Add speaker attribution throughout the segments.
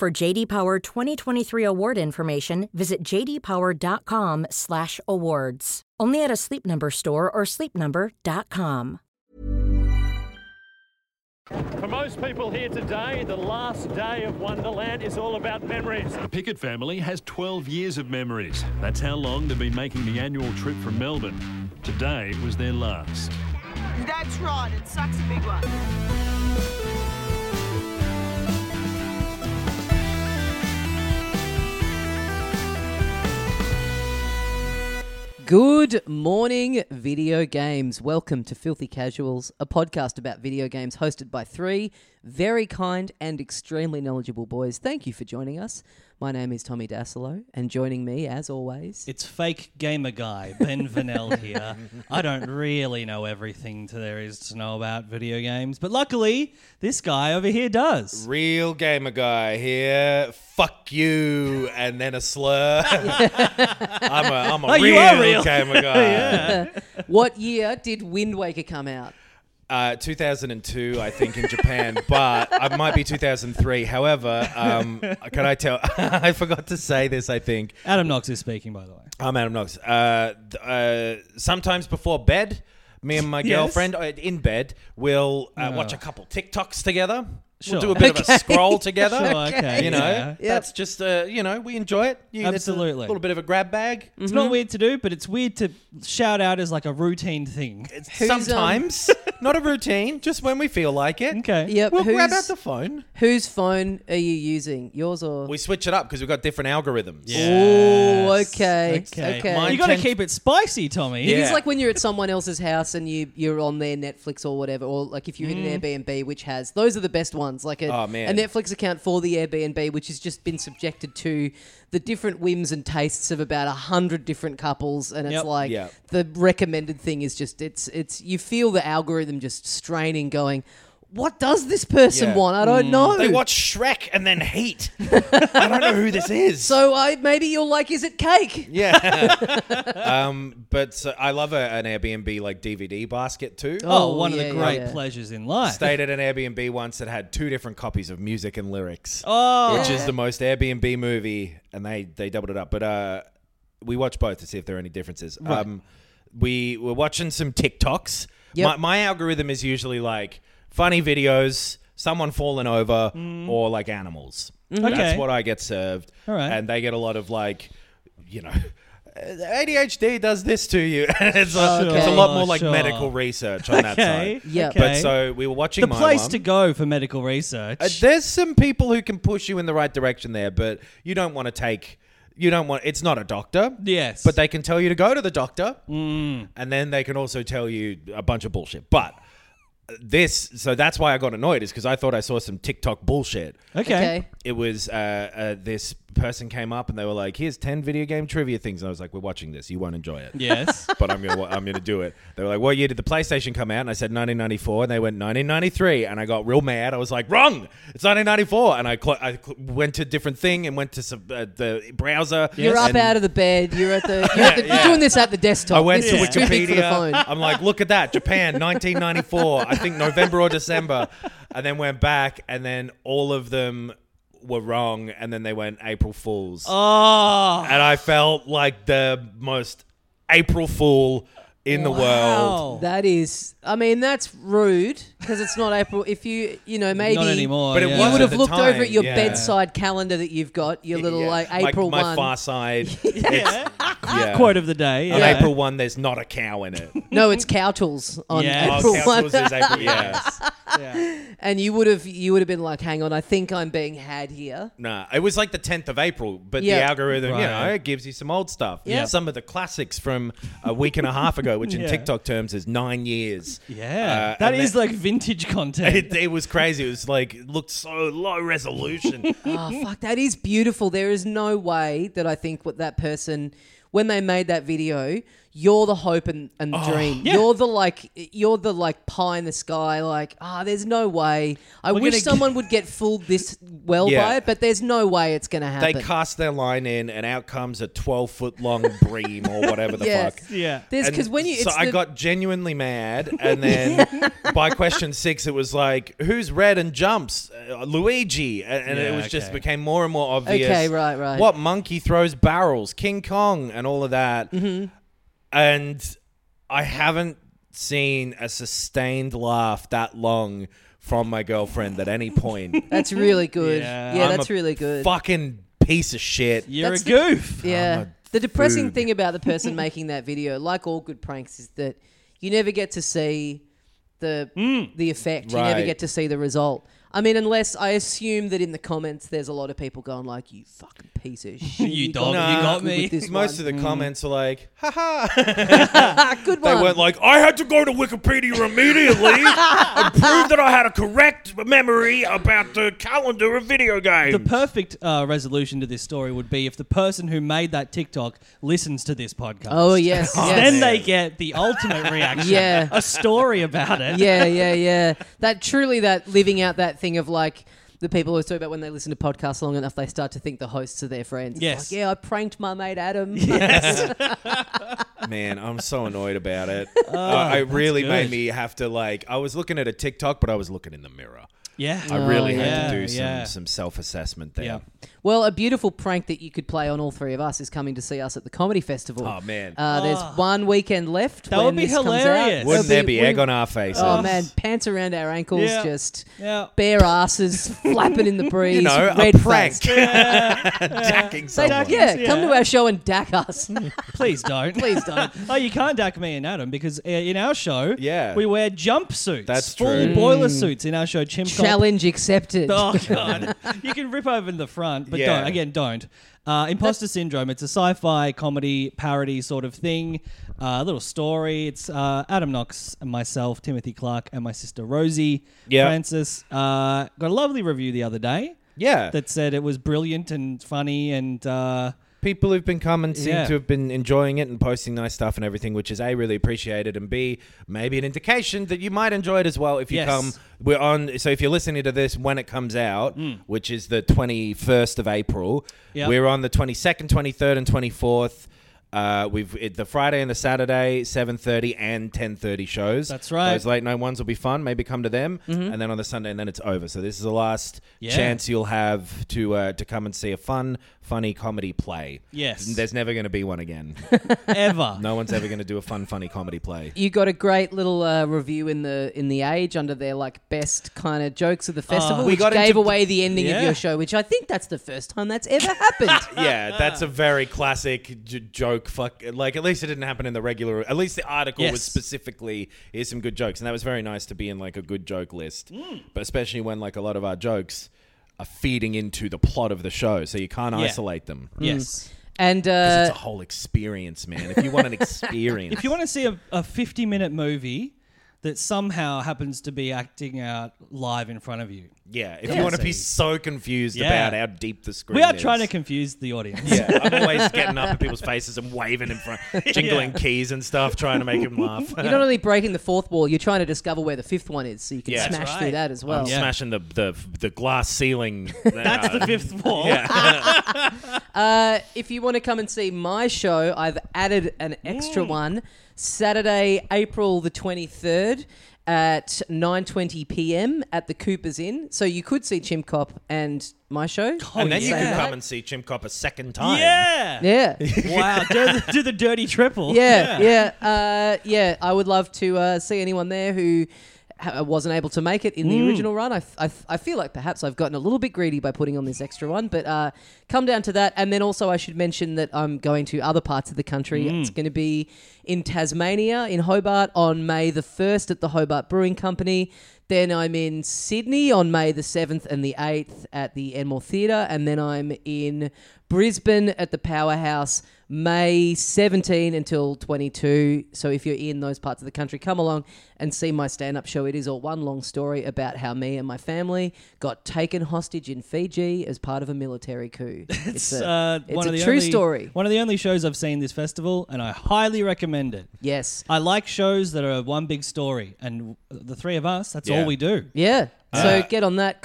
Speaker 1: For JD Power 2023 award information, visit jdpower.com/awards. Only at a Sleep Number store or sleepnumber.com.
Speaker 2: For most people here today, the last day of Wonderland is all about memories.
Speaker 3: The Pickett family has 12 years of memories. That's how long they've been making the annual trip from Melbourne. Today was their last.
Speaker 4: That's right, it sucks a big one.
Speaker 5: Good morning, video games. Welcome to Filthy Casuals, a podcast about video games hosted by three very kind and extremely knowledgeable boys. Thank you for joining us. My name is Tommy Dasilo, and joining me, as always,
Speaker 6: It's fake gamer guy Ben Vanel here. I don't really know everything to- there is to know about video games, but luckily this guy over here does.
Speaker 7: Real gamer guy here. Fuck you, and then a slur. I'm a, I'm a
Speaker 6: Oh, you
Speaker 7: real,
Speaker 6: are real.
Speaker 7: gamer guy.
Speaker 5: what year did Wind Waker come out?
Speaker 7: uh, 2002, I think, in Japan, but I might be 2003. However, um, can I tell? I forgot to say this. I think
Speaker 6: Adam Knox is speaking, by the way.
Speaker 7: I'm Adam Knox. Uh, th- uh, sometimes before bed, me and my
Speaker 6: Yes.
Speaker 7: girlfriend uh, in bed will uh, watch a couple TikToks together.
Speaker 6: Sure.
Speaker 7: We'll do a bit of a scroll together.
Speaker 6: Sure, okay,
Speaker 7: You know,
Speaker 6: yeah.
Speaker 7: that's just uh, you know we enjoy it. You, it's a
Speaker 6: Absolutely.
Speaker 7: little bit of a grab bag.
Speaker 5: Mm-hmm.
Speaker 6: It's not weird to do, but it's weird to shout out as like a routine thing.
Speaker 7: It's
Speaker 5: Who's, um,
Speaker 7: sometimes not a routine, just when we feel like it.
Speaker 6: Okay.
Speaker 5: Yep.
Speaker 7: We'll grab
Speaker 5: whose-
Speaker 7: out the phone.
Speaker 5: Whose phone are you using? Yours or?
Speaker 7: We switch it up because we've got different algorithms.
Speaker 5: Oh, okay.
Speaker 6: Okay.
Speaker 5: Okay.
Speaker 7: Mine-
Speaker 6: You got to
Speaker 7: Content-
Speaker 6: keep it spicy, Tommy.
Speaker 5: It
Speaker 7: Yeah.
Speaker 5: is like when you're at someone else's house and you you're on their Netflix or whatever, or like if you're in an Airbnb, which has those are the best ones. Like a,
Speaker 7: Mm. Oh, man.
Speaker 5: a Netflix account for the Airbnb, which has just been subjected to the different whims and tastes of about a hundred different couples, and
Speaker 6: Yep.
Speaker 5: it's like
Speaker 7: Yep.
Speaker 5: the recommended thing is just it's it's you feel the algorithm just straining, going, what does this person
Speaker 7: Yeah.
Speaker 5: want? I don't know.
Speaker 7: They watch Shrek and then Heat. I don't know who this is.
Speaker 5: so I maybe you're like, is it cake?
Speaker 7: yeah. um, but so I love a, an Airbnb like DVD basket too.
Speaker 6: Oh,
Speaker 5: Oh,
Speaker 6: one
Speaker 5: yeah,
Speaker 6: of the
Speaker 5: yeah,
Speaker 6: great
Speaker 5: yeah.
Speaker 6: pleasures in life.
Speaker 7: Stayed at an Airbnb once that had two different copies of music and lyrics.
Speaker 6: oh,
Speaker 7: which is the most Airbnb movie, and they they doubled it up. But uh, we watched both to see if there are any differences. Um, we were watching some TikToks.
Speaker 5: Yep.
Speaker 7: My, my algorithm is usually like funny videos, someone falling over, or like animals.
Speaker 6: Mm. Mm-hmm. Okay.
Speaker 7: That's what I get served.
Speaker 6: All right.
Speaker 7: And they get a lot of like, you know. ADHD does this to you. and it's, a,
Speaker 5: Sure,
Speaker 7: it's a lot more like
Speaker 6: sure.
Speaker 7: medical research on that
Speaker 6: okay.
Speaker 7: side.
Speaker 5: Yeah.
Speaker 6: okay.
Speaker 7: But so we were watching
Speaker 6: the
Speaker 7: my
Speaker 6: place
Speaker 7: one.
Speaker 6: to go for medical research.
Speaker 7: Uh, there's some people who can push you in the right direction there, but you don't want to take. You don't want. It's not a doctor.
Speaker 6: Yes.
Speaker 7: But they can tell you to go to the doctor, and then they can also tell you a bunch of bullshit. But uh, this, so that's why I got annoyed, is because I thought I saw some TikTok bullshit.
Speaker 6: okay.
Speaker 7: It was uh, uh, this person came up and they were like, "Here's ten video game trivia things," and I was like, "We're watching this. You won't enjoy it."
Speaker 6: Yes.
Speaker 7: but I'm gonna I'm gonna do it. They were like, "What year did the PlayStation come out?" And I said 1994, and they went 1993, and I got real mad. I was like, "Wrong! It's 1994!" And I cl- I cl- went to different thing and went to sub- uh, the browser.
Speaker 5: You're up
Speaker 7: and
Speaker 5: out of the bed. You're at the. You're, at the, you're doing this at the desktop.
Speaker 7: I went
Speaker 5: this
Speaker 7: to
Speaker 5: is too big for the phone.
Speaker 7: Wikipedia. I'm like, look at that, Japan, 1994. I think November or December, and then went back, and then all of them were wrong, and then they went April Fools.
Speaker 6: oh.
Speaker 7: and I felt like the most April Fool in the world.
Speaker 6: Wow.
Speaker 5: That is, I mean, that's rude because it's not April. If you, you know, maybe
Speaker 6: Not anymore.
Speaker 7: But it
Speaker 6: yeah.
Speaker 7: was
Speaker 5: Oh, You would
Speaker 7: at
Speaker 5: have
Speaker 7: the
Speaker 5: looked
Speaker 7: time,
Speaker 5: over at your
Speaker 7: yeah.
Speaker 5: bedside calendar that you've got, your little
Speaker 7: Yeah.
Speaker 5: like April
Speaker 7: my
Speaker 5: one.
Speaker 7: far side. yeah. yeah.
Speaker 6: quote of the day.
Speaker 7: on
Speaker 6: yeah.
Speaker 7: April one, there's not a cow in it.
Speaker 5: No, it's Cowtools on
Speaker 6: Yeah.
Speaker 5: April
Speaker 7: oh,
Speaker 5: one.
Speaker 7: councils is April. Yeah.
Speaker 5: and you would have you would have been like, hang on, I think I'm being had here.
Speaker 7: Nah, it was like the 10th of April, but
Speaker 5: Yeah.
Speaker 7: the algorithm, you
Speaker 6: Right.
Speaker 7: know, it gives you some old stuff.
Speaker 5: Yeah.
Speaker 7: Some of the classics from a week and a half ago, which in
Speaker 6: Yeah.
Speaker 7: TikTok terms is nine years.
Speaker 6: Yeah,
Speaker 7: Uh,
Speaker 6: that
Speaker 7: and
Speaker 6: is
Speaker 7: then-
Speaker 6: like vintage content.
Speaker 7: It, it was crazy. It was like, it looked so low resolution.
Speaker 5: oh fuck, that is beautiful. There is no way that I think what that person when they made that video, you're the hope and, and
Speaker 7: Oh,
Speaker 5: the dream.
Speaker 6: yeah.
Speaker 5: You're the like you're the like pie in the sky, like, ah, there's no way. I
Speaker 6: We're
Speaker 5: wish
Speaker 6: gonna-
Speaker 5: someone would get fooled this well by
Speaker 7: Yeah.
Speaker 5: it, but there's no way it's gonna
Speaker 7: they
Speaker 5: happen.
Speaker 7: cast their line in, and out comes a 12 foot long bream or whatever the
Speaker 5: Yes.
Speaker 7: fuck.
Speaker 6: yeah.
Speaker 5: There's
Speaker 7: And
Speaker 5: because when you
Speaker 7: so
Speaker 5: it's
Speaker 7: I
Speaker 5: the-
Speaker 7: got genuinely mad, and then by question six, it was like, "Who's red and jumps? Uh, Luigi," and, and
Speaker 6: Yeah,
Speaker 7: it was just
Speaker 6: okay.
Speaker 7: became more and more obvious.
Speaker 5: Okay, right, right.
Speaker 7: What monkey throws barrels? King Kong, and all of that.
Speaker 5: Mm-hmm.
Speaker 7: And I haven't seen a sustained laugh that long from my girlfriend at any point.
Speaker 5: that's really good. Yeah,
Speaker 6: Yeah.
Speaker 7: I'm
Speaker 5: that's
Speaker 7: a
Speaker 5: really good.
Speaker 7: Fucking piece of shit.
Speaker 6: You're
Speaker 5: That's
Speaker 6: a
Speaker 5: the-
Speaker 6: goof.
Speaker 5: Yeah.
Speaker 7: I'm a
Speaker 5: The depressing
Speaker 7: boob.
Speaker 5: thing about the person making that video, like all good pranks, is that you never get to see the
Speaker 6: Mm.
Speaker 5: the effect. You never
Speaker 7: Right.
Speaker 5: get to see the result. I mean, unless I assume that in the comments there's a lot of people going like, "You fucking piece of shit,
Speaker 6: You
Speaker 5: got
Speaker 6: dog,
Speaker 5: me
Speaker 6: you got
Speaker 5: good with
Speaker 6: me."
Speaker 5: this
Speaker 7: Most
Speaker 5: one."
Speaker 7: of the comments are like, haha.
Speaker 5: ah, good
Speaker 7: They
Speaker 5: one.
Speaker 7: weren't like, I had to go to Wikipedia immediately and prove that I had a correct memory about the calendar of video games.
Speaker 6: The perfect uh, resolution to this story would be if the person who made that TikTok listens to this podcast.
Speaker 5: oh yes, yes.
Speaker 6: Then they get the ultimate reaction.
Speaker 5: Yeah.
Speaker 6: A story about it.
Speaker 5: yeah, yeah, yeah. That truly, that living out that thing of like the people always talk about when they listen to podcasts long enough, they start to think the hosts are their friends. It's
Speaker 6: Yes.
Speaker 5: like, yeah, I pranked my mate Adam.
Speaker 7: Man, I'm so annoyed about it. Uh, it really made
Speaker 6: good.
Speaker 7: me have to, like, I was looking at a TikTok, but I was looking in the mirror.
Speaker 6: Yeah.
Speaker 7: I really had to
Speaker 6: yeah,
Speaker 7: do some,
Speaker 6: yeah.
Speaker 7: some self assessment there.
Speaker 6: Yeah.
Speaker 5: Well, a beautiful prank that you could play on all three of us is coming to see us at the comedy festival.
Speaker 7: Oh, man.
Speaker 5: Uh, there's one weekend left.
Speaker 6: Ah. That
Speaker 5: when
Speaker 6: would be
Speaker 5: this comes out.
Speaker 6: hilarious.
Speaker 7: Wouldn't there be
Speaker 5: we-
Speaker 7: egg on our faces?
Speaker 5: Oh man, pants around our ankles,
Speaker 6: Yeah.
Speaker 5: just
Speaker 6: Yeah.
Speaker 5: bare asses flapping in the breeze,
Speaker 7: You know,
Speaker 5: red
Speaker 7: a prank.
Speaker 5: faced.
Speaker 7: Jacking
Speaker 5: Say,
Speaker 7: someone.
Speaker 5: yeah, come
Speaker 6: yeah.
Speaker 5: to our show and dack us.
Speaker 6: Please don't.
Speaker 5: Please don't.
Speaker 6: oh, you can't duck me and Adam because uh, in our show,
Speaker 7: Yeah.
Speaker 6: we wear jumpsuits.
Speaker 7: That's
Speaker 6: full
Speaker 7: true.
Speaker 6: boiler
Speaker 5: Mm.
Speaker 6: suits in our show. Chimp Cop.
Speaker 5: Challenge accepted.
Speaker 6: Oh god, you can rip open the front, but
Speaker 7: Yeah.
Speaker 6: don't again. Don't. Uh, Imposter Syndrome. It's a sci-fi comedy parody sort of thing. Uh, a little story. It's uh, Adam Knox and myself, Timothy Clark, and my sister Rosie
Speaker 7: Yeah.
Speaker 6: Francis. Uh, got a lovely review the other day.
Speaker 7: Yeah.
Speaker 6: That said, it was brilliant and funny and uh,
Speaker 7: people who've been coming seem
Speaker 6: Yeah.
Speaker 7: to have been enjoying it and posting nice stuff and everything, which is a really appreciated and b maybe an indication that you might enjoy it as well if you
Speaker 6: Yes.
Speaker 7: come. We're on, so if you're listening to this when it comes out,
Speaker 6: Hmm.
Speaker 7: which is the 21st of April,
Speaker 6: Yep.
Speaker 7: we're on the 22nd, 23rd, and 24th. Uh, we've it, the Friday and the Saturday, seven thirty and ten thirty shows.
Speaker 6: That's right.
Speaker 7: Those late night ones will be fun. Maybe come to them, and then on the Sunday, and then it's over. So this is the last
Speaker 6: Yeah.
Speaker 7: chance you'll have to uh, to come and see a fun, funny comedy play.
Speaker 6: Yes.
Speaker 7: There's never going to be one again.
Speaker 6: ever.
Speaker 7: no one's ever going to do a fun, funny comedy play.
Speaker 5: You got a great little uh, review in the in the Age under their like best kind of jokes of the festival.
Speaker 7: We
Speaker 5: which
Speaker 7: got
Speaker 5: gave
Speaker 7: into-
Speaker 5: away the ending of
Speaker 6: Oh. Yeah.
Speaker 5: your show, which I think that's the first time that's ever happened.
Speaker 7: Yeah, that's a very classic j- joke. Fuck, like at least it didn't happen in the regular. At least the article was
Speaker 6: Yes.
Speaker 7: specifically here's some good jokes, and that was very nice to be in like a good joke list. But especially when like a lot of our jokes are feeding into the plot of the show, so you can't
Speaker 6: Yeah.
Speaker 7: isolate them.
Speaker 6: Yes.
Speaker 5: And
Speaker 7: 'Cause
Speaker 5: uh,
Speaker 7: it's a whole experience, man. If you want an experience,
Speaker 6: If you want to see a, a 50 minute movie that somehow happens to be acting out live in front of you,
Speaker 7: yeah, if
Speaker 6: Come
Speaker 7: you
Speaker 6: and
Speaker 7: want to be
Speaker 6: see.
Speaker 7: so confused
Speaker 6: Yeah.
Speaker 7: about how deep the screen,
Speaker 6: we are
Speaker 7: is.
Speaker 6: trying to confuse the audience.
Speaker 7: Yeah, I'm always getting up at people's faces and waving in front, jingling keys and stuff, trying to make them laugh.
Speaker 5: you're not only breaking the fourth wall, you're trying to discover where the fifth one is, so you can
Speaker 7: Yeah. That's
Speaker 5: smash
Speaker 6: right.
Speaker 5: through that as well.
Speaker 7: I'm
Speaker 6: Yeah.
Speaker 7: smashing the, the the glass ceiling. That's
Speaker 6: That's the fifth wall.
Speaker 5: Uh, if you want to come and see my show, I've added an
Speaker 7: Mm.
Speaker 5: extra one Saturday, April the 23rd at 9:20 p.m. at the Cooper's Inn. So you could see Chimp Cop and my show.
Speaker 7: and then Oh, you
Speaker 5: yeah.
Speaker 7: can come and see Chim Cop a second time.
Speaker 6: Oh, Yeah.
Speaker 5: Yeah.
Speaker 6: Wow. Do the, do the dirty triple.
Speaker 5: Yeah, yeah, yeah. Uh, yeah I would love to uh, see anyone there who ha- uh, wasn't able to make it in the original run. I, f- I f- I feel like perhaps I've gotten a little bit greedy by putting on this extra one, but uh, come down to that. And then also, I should mention that I'm going to other parts of the country. It's going to be in Tasmania, in Hobart, on May the 1st at the Hobart Brewing Company. Then I'm in Sydney on May the 7th and the 8th at the Enmore Theatre. And then I'm in Brisbane at the Powerhouse May 17 until 22. So if you're in those parts of the country, come along and see my stand up show. It is all one long story about how me and my family got taken hostage in Fiji as part of a military coup.
Speaker 6: It's, uh,
Speaker 5: it's
Speaker 6: one
Speaker 5: a
Speaker 6: of the
Speaker 5: true
Speaker 6: only-
Speaker 5: story.
Speaker 6: One of the only shows I've seen this festival, and I highly recommend it.
Speaker 5: Yes.
Speaker 6: I like shows that are one big story, and the three of us, that's
Speaker 7: Yeah.
Speaker 6: all we do.
Speaker 5: Yeah. So get on that.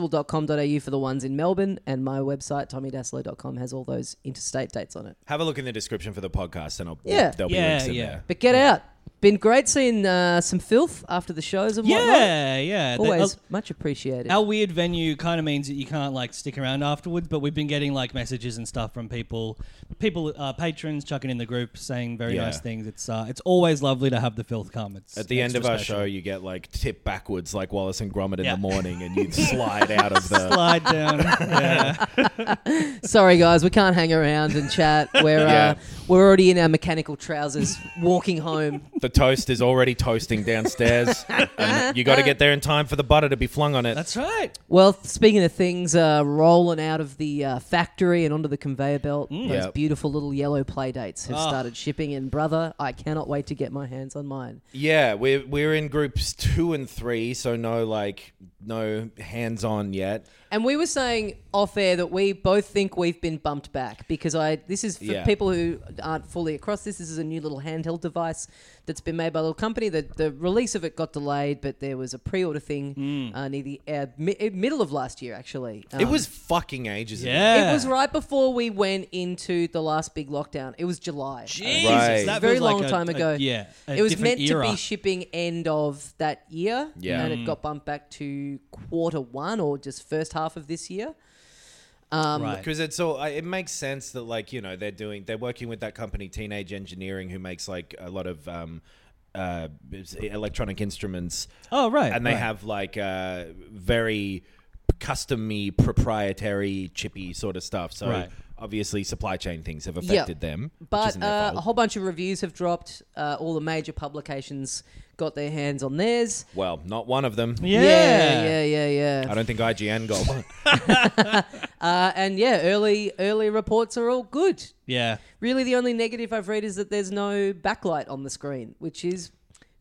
Speaker 5: Comedyfestival.com.au for the ones in Melbourne. And my website, tommydaslow.com, has all those interstate dates on it.
Speaker 7: Have a look in the description for the podcast, and I'll
Speaker 5: Yeah.
Speaker 7: there'll be
Speaker 6: Yeah,
Speaker 7: links in
Speaker 6: yeah.
Speaker 7: there.
Speaker 5: But get out. Been great seeing uh, some filth after the shows and whatnot.
Speaker 6: Yeah, yeah. They-
Speaker 5: Always
Speaker 6: uh,
Speaker 5: much appreciated.
Speaker 6: our weird venue kind of means that you can't like stick around afterwards, but we've been getting like messages and stuff from people, people, uh, patrons chucking in the group saying very
Speaker 7: Yeah.
Speaker 6: nice things. It's uh, it's always lovely to have the filth come. It's
Speaker 7: At the end
Speaker 6: extra
Speaker 7: of our
Speaker 6: special.
Speaker 7: show, you get like tipped backwards, like Wallace and Gromit in
Speaker 6: Yeah.
Speaker 7: the morning, and you slide out of the.
Speaker 6: slide down. yeah.
Speaker 5: Sorry, guys, we can't hang around and chat. We're
Speaker 7: Yeah.
Speaker 5: uh, we're already in our mechanical trousers, walking home.
Speaker 7: The toast is already toasting downstairs. and you got to get there in time for the butter to be flung on it.
Speaker 6: That's right.
Speaker 5: Well, speaking of things uh, rolling out of the uh, factory and onto the conveyor belt, those
Speaker 7: Yep.
Speaker 5: beautiful little yellow play dates have started shipping. And brother, I cannot wait to get my hands on mine.
Speaker 7: yeah, we're we're in groups two and three, so no like no hands on yet.
Speaker 5: And we were saying off air that we both think we've been bumped back because I this is for
Speaker 7: Yeah.
Speaker 5: people who aren't fully across this. This is a new little handheld device that's been made by a little company. The, the release of it got delayed, but there was a pre-order thing
Speaker 6: Mm.
Speaker 5: uh, near the uh, mi- middle of last year, actually.
Speaker 7: it
Speaker 5: Um,
Speaker 7: was fucking ages ago.
Speaker 6: Yeah.
Speaker 5: It was right before we went into the last big lockdown. It was July.
Speaker 6: Jesus,
Speaker 7: Right.
Speaker 6: that
Speaker 5: very
Speaker 6: feels
Speaker 5: long
Speaker 6: like a-
Speaker 5: time
Speaker 6: a-
Speaker 5: ago.
Speaker 6: yeah, a
Speaker 5: it was
Speaker 6: different
Speaker 5: meant to
Speaker 6: era.
Speaker 5: be shipping end of that year,
Speaker 7: Yeah.
Speaker 5: and it got bumped back to quarter one or just first half of this year.
Speaker 6: right.
Speaker 7: Because it's all, I- it makes sense that like you know they're doing they're working with that company Teenage Engineering who makes like a lot of um, uh, electronic instruments.
Speaker 6: Oh, right,
Speaker 7: and they
Speaker 6: right.
Speaker 7: have like uh, very custom-y, proprietary, chippy sort of stuff. So
Speaker 6: Right.
Speaker 7: obviously, supply chain things have
Speaker 5: Yeah.
Speaker 7: affected them. which
Speaker 5: But
Speaker 7: isn't their
Speaker 5: uh,
Speaker 7: fault.
Speaker 5: a whole bunch of reviews have dropped. Uh, all the major publications got their hands on theirs.
Speaker 7: well, not one of them.
Speaker 6: Yeah.
Speaker 5: yeah, yeah, yeah. yeah.
Speaker 7: I don't think IGN got one.
Speaker 5: Uh, and yeah, early early reports are all good.
Speaker 6: Yeah.
Speaker 5: Really, the only negative I've read is that there's no backlight on the screen, which is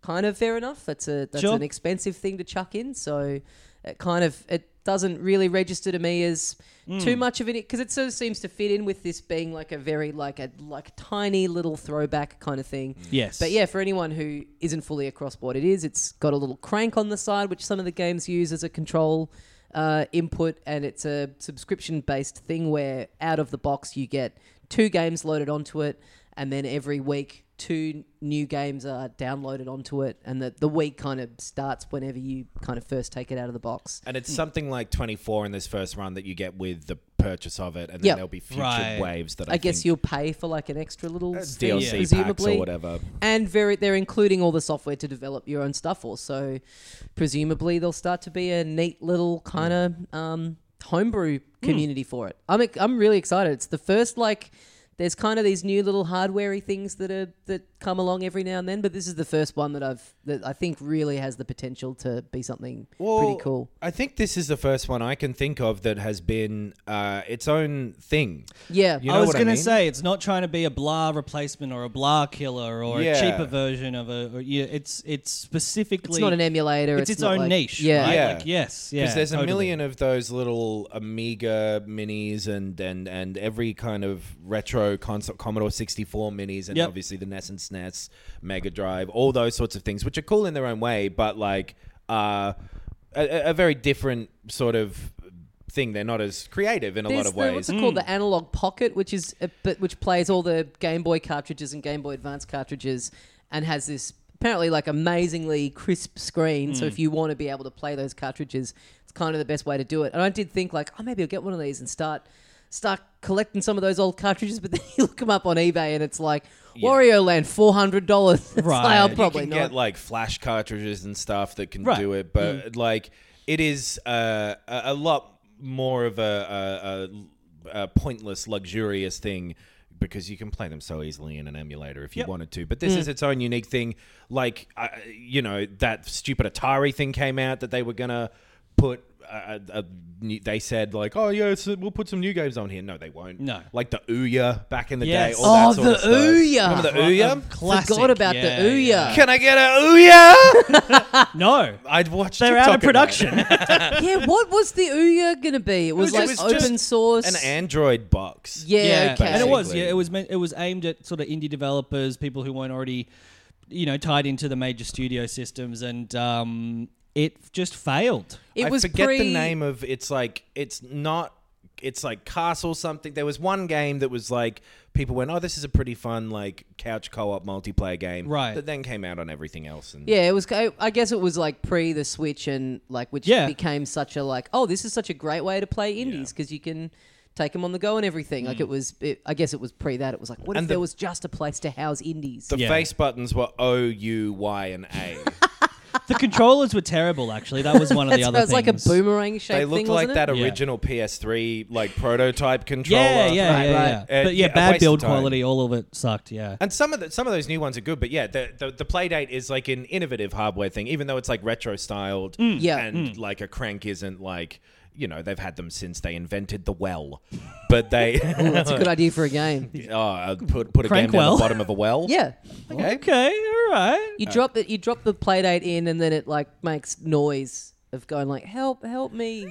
Speaker 5: kind of fair enough. That's a that's
Speaker 6: Sure.
Speaker 5: an expensive thing to chuck in, so it kind of it doesn't really register to me as
Speaker 7: Hmm.
Speaker 5: too much of it because it sort of seems to fit in with this being like a very like a like tiny little throwback kind of thing.
Speaker 7: Hmm.
Speaker 6: Yes.
Speaker 5: But yeah, for anyone who isn't fully across what it is, it's got a little crank on the side, which some of the games use as a control uh, input, and it's a subscription based thing where out of the box you get two games loaded onto it, and then every week two new games are downloaded onto it, and the, the week kind of starts whenever you kind of first take it out of the box.
Speaker 7: and it's something like 24 in this first run that you get with the purchase of it, and then
Speaker 5: Yep.
Speaker 7: there'll be future
Speaker 6: Right.
Speaker 7: waves that I,
Speaker 5: I guess
Speaker 7: think- Uh,
Speaker 5: you'll pay for like an extra little thing,
Speaker 7: DLC packs
Speaker 5: presumably.
Speaker 7: or whatever.
Speaker 5: and very they're including all the software to develop your own stuff also presumably there'll start to be a neat little kind of
Speaker 7: Hmm.
Speaker 5: um, homebrew community for it I'm, ex- I'm really excited it's the first like there's kind of these new little hardwarey things that are that come along every now and then but this is the first one that i've that i think really has the potential to be something pretty cool
Speaker 7: I think this is the first one I can think of that has been uh, its own thing.
Speaker 5: yeah
Speaker 7: You know
Speaker 6: I was
Speaker 7: what I
Speaker 6: gonna
Speaker 7: mean?
Speaker 6: say it's not trying to be a blah replacement or a blah killer or
Speaker 7: Yeah.
Speaker 6: a cheaper version of a. Or, yeah, it's it's specifically
Speaker 5: it's not an emulator
Speaker 6: It's,
Speaker 5: it's,
Speaker 6: its
Speaker 5: not
Speaker 6: own
Speaker 5: like-
Speaker 6: niche.
Speaker 5: yeah
Speaker 6: right?
Speaker 7: Yeah.
Speaker 6: Like, yes. Yeah.
Speaker 7: Because there's a
Speaker 6: totally.
Speaker 7: million of those little Amiga minis and, and, and every kind of retro console, Commodore 64 minis, and
Speaker 6: Yep.
Speaker 7: obviously the NES and SNES, Mega Drive, all those sorts of things, which are cool in their own way, but like uh, a, a very different sort of thing. They're not as creative in a lot
Speaker 5: There's
Speaker 7: of
Speaker 5: the,
Speaker 7: ways.
Speaker 5: What's it called? The analog pocket, which is a, but which plays all the Game Boy cartridges and Game Boy Advance cartridges, and has this apparently like amazingly crisp screen.
Speaker 7: Hmm.
Speaker 5: So if you want to be able to play those cartridges, it's kind of the best way to do it. And I did think like, oh, maybe I'll get one of these and start start collecting some of those old cartridges. But then you look them up on eBay, and it's like Wario Land, four hundred dollars.
Speaker 6: Right.
Speaker 5: Like, I'll
Speaker 6: You
Speaker 5: probably
Speaker 7: you can
Speaker 5: not.
Speaker 7: get like flash cartridges and stuff that can
Speaker 6: Right.
Speaker 7: do it, but like it is uh, a, a lot more of a, a, a, a pointless, luxurious thing. bec- because you can play them so easily in an emulator if you wanted to. But this
Speaker 5: Mm.
Speaker 7: is its own unique thing. Like, uh, you know, that stupid Atari thing came out that they were gonna put. Uh, a, a new- they said like, oh yeah, it's, we'll put some new games on here. No, they won't.
Speaker 6: No.
Speaker 7: like the Ouya back in the
Speaker 6: Yes.
Speaker 7: day. All
Speaker 5: Oh,
Speaker 7: that sort of
Speaker 5: the
Speaker 7: stuff.
Speaker 5: Ouya.
Speaker 7: Remember the Ouya?
Speaker 6: Classic.
Speaker 5: Forgot about
Speaker 6: Yeah,
Speaker 5: the Ouya.
Speaker 6: yeah.
Speaker 7: Can I get a Ouya?
Speaker 6: No.
Speaker 7: I'd watch.
Speaker 6: They're out
Speaker 7: TikTok
Speaker 6: of
Speaker 7: about it.
Speaker 6: production.
Speaker 5: yeah, what was the Ouya gonna be? It was,
Speaker 7: was- it
Speaker 5: like
Speaker 7: was just
Speaker 5: open source.
Speaker 7: An Android box.
Speaker 5: yeah, okay.
Speaker 6: And it was
Speaker 7: Basically.
Speaker 6: yeah, it was meant, it was aimed at sort of indie developers, people who weren't already, you know, tied into the major studio systems, and um, it just failed.
Speaker 5: It
Speaker 7: I
Speaker 5: was
Speaker 7: forget
Speaker 5: pre-
Speaker 7: the name of it's like it's not it's like castle something. There was one game that was like people went, "Oh, this is a pretty fun like couch co-op multiplayer game."
Speaker 6: Right.
Speaker 7: That then came out on everything else and
Speaker 5: Yeah, it was. I I guess it was like pre the Switch and like which
Speaker 6: Yeah.
Speaker 5: became such a like. Oh, this is such a great way to play indies because you can take them on the go and everything. Like it was. It, I guess it was pre that. It was like, what if
Speaker 7: Mm. And
Speaker 5: there
Speaker 7: the-
Speaker 5: was just a place to house indies?
Speaker 7: the
Speaker 6: Yeah.
Speaker 7: face buttons were O, U, Y, and A.
Speaker 6: The controllers were terrible, actually. That was one of the
Speaker 5: That's-
Speaker 6: other.
Speaker 5: that's like a
Speaker 6: things.
Speaker 5: boomerang shape.
Speaker 7: they looked
Speaker 5: thing,
Speaker 7: like
Speaker 5: wasn't
Speaker 7: that
Speaker 5: It?
Speaker 6: Yeah.
Speaker 7: original PS3 like prototype controller.
Speaker 6: Yeah, yeah, yeah,
Speaker 5: right.
Speaker 6: yeah.
Speaker 7: Uh,
Speaker 6: but yeah,
Speaker 7: yeah, a
Speaker 6: bad
Speaker 7: waste
Speaker 6: build
Speaker 7: of time.
Speaker 6: quality. All of it sucked. Yeah.
Speaker 7: And some of the, some of those new ones are good, but yeah, the, the the play date is like an innovative hardware thing, even though it's like retro styled.
Speaker 5: Mm. Yeah.
Speaker 7: and like a crank isn't like you know they've had them since they invented the well, but they
Speaker 5: That's a good idea for a game.
Speaker 7: oh uh, put put a
Speaker 6: Crank
Speaker 7: game down
Speaker 6: well.
Speaker 7: the bottom of a well.
Speaker 5: Yeah.
Speaker 7: okay.
Speaker 6: Okay. All right.
Speaker 5: You drop it. You drop the playdate in, and then it like makes noise of going like, "Help! Help me!"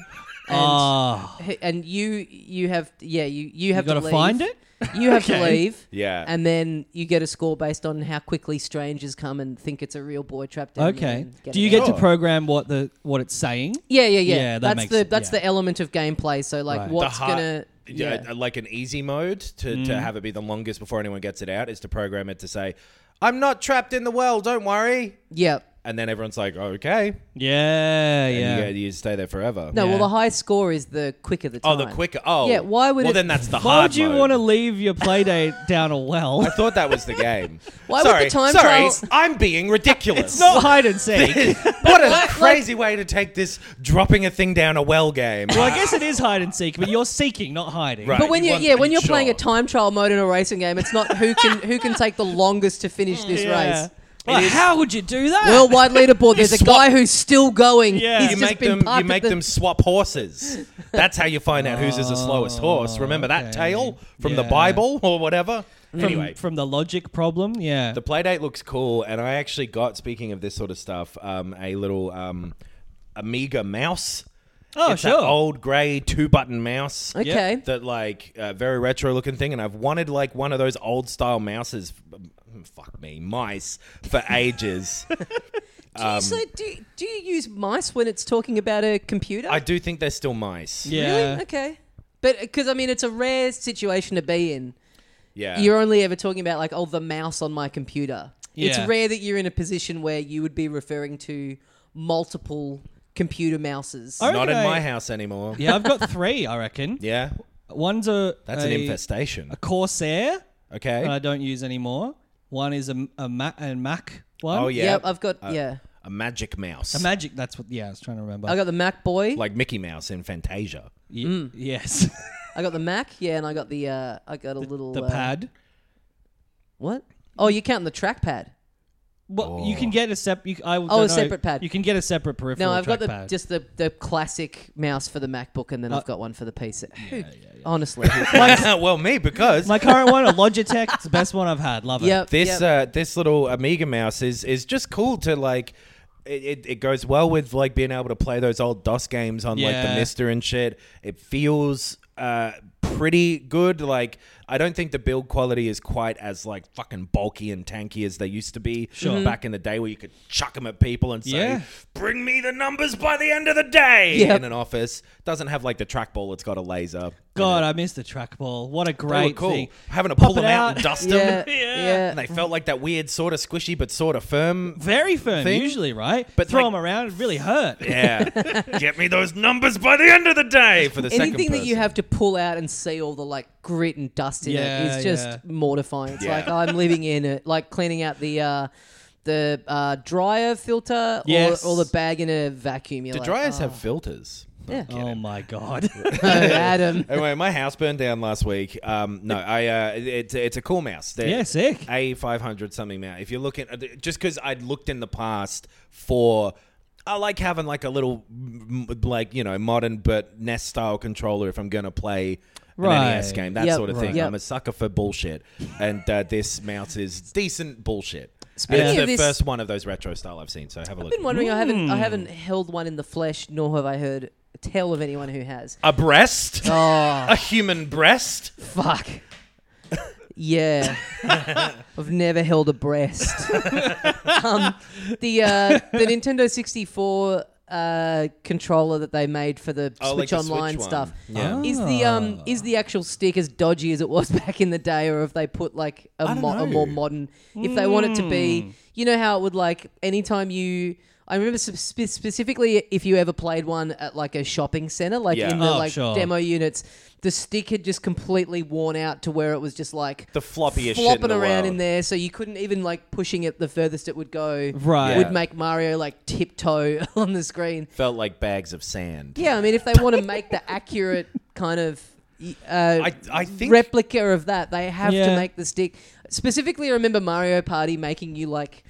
Speaker 5: And
Speaker 6: Ah.
Speaker 5: and you you have yeah you you have
Speaker 6: gotta
Speaker 5: to leave.
Speaker 6: find it?
Speaker 5: You have to
Speaker 6: Okay.
Speaker 5: leave.
Speaker 7: Yeah.
Speaker 5: and then you get a score based on how quickly strangers come and think it's a real boy trapped. down there
Speaker 6: okay.
Speaker 5: and
Speaker 6: Do
Speaker 5: it
Speaker 6: you get
Speaker 5: out.
Speaker 6: to
Speaker 7: Oh.
Speaker 6: program what the what it's saying?
Speaker 5: Yeah, yeah, yeah.
Speaker 6: Yeah, that
Speaker 5: that's
Speaker 6: makes
Speaker 5: the
Speaker 6: it-
Speaker 5: that's
Speaker 6: yeah.
Speaker 5: the element of gameplay. So like,
Speaker 6: Right. The
Speaker 7: The
Speaker 5: what's
Speaker 7: hard-
Speaker 5: gonna yeah. Mm.
Speaker 7: yeah, uh, like an easy mode to, to have it be the longest before anyone gets it out is to program it to say, "I'm not trapped in the well, don't worry,"
Speaker 5: yeah.
Speaker 7: and then everyone's like, "Okay,"
Speaker 6: Yeah.
Speaker 7: and
Speaker 6: Yeah.
Speaker 7: you, go- you stay there forever.
Speaker 5: No,
Speaker 6: Yeah.
Speaker 5: well, the high score is the quicker the time.
Speaker 7: Oh, the quicker. Oh,
Speaker 5: Yeah, why would
Speaker 7: Well,
Speaker 5: it-
Speaker 7: then that's the
Speaker 6: Why
Speaker 7: hard.
Speaker 6: would you
Speaker 7: mode.
Speaker 6: want to leave your playdate down a well?
Speaker 7: I thought that was the game.
Speaker 5: Why would the
Speaker 7: sorry,
Speaker 5: time
Speaker 7: sorry,
Speaker 5: trial-
Speaker 7: I'm being ridiculous.
Speaker 6: It's not hide and seek.
Speaker 7: what a crazy way to take this dropping a thing down a well game.
Speaker 6: well, I guess it is hide and seek, but you're seeking, not hiding.
Speaker 7: Right.
Speaker 5: But when
Speaker 7: you
Speaker 5: you
Speaker 7: want-
Speaker 5: yeah, when you're playing a
Speaker 7: sure.
Speaker 5: time trial mode in a racing game, it's not who can who can take the longest to finish this race.
Speaker 6: Like, how would you do that?
Speaker 5: Worldwide leaderboard. There's a guy who's still going.
Speaker 6: Yeah.
Speaker 5: He's
Speaker 7: you
Speaker 5: just
Speaker 7: make
Speaker 5: been
Speaker 7: them
Speaker 5: parked
Speaker 7: you
Speaker 5: at
Speaker 7: make
Speaker 5: the-
Speaker 7: them swap horses. That's how you find out whose is the
Speaker 5: Oh,
Speaker 7: slowest horse. Remember that
Speaker 6: okay.
Speaker 7: tale from the
Speaker 6: Yeah.
Speaker 7: Bible or whatever?
Speaker 5: Mm.
Speaker 6: from,
Speaker 7: anyway,
Speaker 6: from the logic problem, yeah.
Speaker 7: the playdate looks cool, and I actually got speaking of this sort of stuff, um, a little um, Amiga mouse.
Speaker 6: oh,
Speaker 7: it's
Speaker 6: sure.
Speaker 7: that old grey two button mouse.
Speaker 5: Okay.
Speaker 7: that like uh, very retro looking thing, and I've wanted like one of those old style mouses. mm, Fuck me, mice for ages.
Speaker 5: Do you, so do, do you use mice when it's talking about a computer?
Speaker 7: I do think they're still mice.
Speaker 6: yeah.
Speaker 5: Really? Okay. But because I mean, it's a rare situation to be in.
Speaker 7: yeah.
Speaker 5: You're only ever talking about like, oh, the mouse on my computer.
Speaker 6: Yeah.
Speaker 5: It's rare that you're in a position where you would be referring to multiple computer mouses.
Speaker 6: I
Speaker 7: not in
Speaker 6: reckon I-
Speaker 7: my house anymore.
Speaker 6: Yeah, I've got three, I reckon.
Speaker 7: Yeah,
Speaker 6: One's a
Speaker 7: that's
Speaker 6: a,
Speaker 7: an infestation.
Speaker 6: Corsair
Speaker 7: Okay.
Speaker 6: that I don't use anymore. One is a, a, Ma- a Mac one.
Speaker 7: oh yeah.
Speaker 5: Yep, I've got yeah,
Speaker 7: a magic mouse.
Speaker 6: A Magic, that's what, yeah, I was trying to remember.
Speaker 5: I got the Mac Boy.
Speaker 7: like Mickey Mouse in Fantasia.
Speaker 6: Ye-
Speaker 5: Mm.
Speaker 6: Yes.
Speaker 5: I got the Mac, yeah, and I got the uh, I got a little
Speaker 6: the
Speaker 5: uh,
Speaker 6: pad.
Speaker 5: What? Oh, you count the trackpad?
Speaker 6: Well, you
Speaker 7: Oh.
Speaker 6: can get a sep. You, I
Speaker 5: Oh, a separate pad.
Speaker 6: You can get a separate peripheral.
Speaker 5: No, I've got the
Speaker 6: trackpad. Uh,
Speaker 5: just the, the classic mouse for the MacBook, and then I've got one for the PC. Who- Honestly, who-
Speaker 7: well, me because
Speaker 6: my current one, a Logitech. It's the best one I've had. Love it.
Speaker 5: yep,
Speaker 7: this
Speaker 5: yep.
Speaker 7: uh, this little Amiga mouse is is just cool to like. It, it, it goes well with like being able to play those old DOS games on like
Speaker 6: Yeah.
Speaker 7: the Mister and shit. It feels uh, pretty good. Like I don't think the build quality is quite as like fucking bulky and tanky as they used to be
Speaker 5: Mm-hmm.
Speaker 7: back in the day, where you could chuck them at people and say,
Speaker 6: Yeah.
Speaker 7: "Bring me the numbers by the end of the day."
Speaker 5: Yep.
Speaker 7: In an office, doesn't have like the trackball. It's got a laser.
Speaker 6: God, I miss the trackball. What a
Speaker 7: They were
Speaker 6: great
Speaker 7: cool.
Speaker 6: thing.
Speaker 7: Having to
Speaker 6: Pop
Speaker 7: pull
Speaker 6: it
Speaker 7: them out,
Speaker 6: out.
Speaker 7: and dust them.
Speaker 5: yeah, yeah,
Speaker 7: And they felt like that weird, sort of squishy, but sort of firm.
Speaker 6: Very firm,
Speaker 7: thing.
Speaker 6: usually, right? But
Speaker 7: But
Speaker 6: throw
Speaker 7: like-
Speaker 6: them around, it really hurt.
Speaker 7: Yeah. Get me those numbers by the end of the day for the second
Speaker 5: Anything that you
Speaker 7: person.
Speaker 5: have to pull out and see all the like grit and dust in
Speaker 6: Yeah,
Speaker 5: it is just
Speaker 6: yeah.
Speaker 5: mortifying. It's
Speaker 7: Yeah.
Speaker 5: like I'm living in it, like cleaning out the uh, the uh, dryer filter
Speaker 6: Yes.
Speaker 5: or, or the bag in a vacuum. You're
Speaker 7: Do
Speaker 5: like,
Speaker 7: dryers
Speaker 5: oh.
Speaker 7: have filters?
Speaker 5: Yeah.
Speaker 6: Oh my god.
Speaker 5: Oh, Adam.
Speaker 7: anyway, my house burned down last week. Um, no, I uh, it's it's a cool mouse. They're
Speaker 6: Yeah, sick.
Speaker 7: A five hundred something mouse. If you're looking, uh, just because I'd looked in the past for. I like having like a little, m- m- like you know, modern but Nest style controller if I'm gonna play an NES
Speaker 6: Right.
Speaker 7: game, that
Speaker 5: Yep,
Speaker 7: sort of thing.
Speaker 5: right.
Speaker 7: I'm a sucker for bullshit, and uh, this mouse is decent bullshit.
Speaker 5: Speaking
Speaker 7: and it's
Speaker 5: of
Speaker 7: the
Speaker 5: this-
Speaker 7: first one of those retro style I've seen, so have a look.
Speaker 5: I've been wondering. I haven't. I haven't
Speaker 7: Hmm.
Speaker 5: held one in the flesh, nor have I heard tell of anyone who has. Oh.
Speaker 7: A breast, a human breast.
Speaker 5: Fuck. Yeah. I've never held a breast. um, the uh, the Nintendo 64 uh, controller that they made for the
Speaker 7: Oh, like
Speaker 5: Switch
Speaker 7: the Switch
Speaker 5: Online
Speaker 7: one.
Speaker 5: stuff
Speaker 7: Yeah.
Speaker 5: is the um is the actual stick as dodgy as it was back in the day, or if they put like a,
Speaker 7: don't
Speaker 5: mo- a
Speaker 7: know. Hmm.
Speaker 5: more modern, if they want it to be, you know how it would like anytime you. I remember sp- spe- specifically if you ever played one at like a shopping center, like
Speaker 7: Yeah.
Speaker 5: in the
Speaker 6: Oh,
Speaker 5: like
Speaker 6: sure.
Speaker 5: demo units, the stick had just completely worn out to where it was just like
Speaker 7: The floppiest shit in
Speaker 5: flopping
Speaker 7: the
Speaker 5: around
Speaker 7: world.
Speaker 5: in there, so you couldn't even like pushing it the furthest it would go.
Speaker 6: Right.
Speaker 5: would
Speaker 7: Yeah.
Speaker 5: make Mario like tiptoe on the screen.
Speaker 7: Felt like bags of sand.
Speaker 5: Yeah, I mean, if they want to make the accurate kind of y- uh,
Speaker 7: I, I think
Speaker 5: replica of that, they have to
Speaker 6: Yeah.
Speaker 5: make the stick. Specifically, I remember Mario Party making you like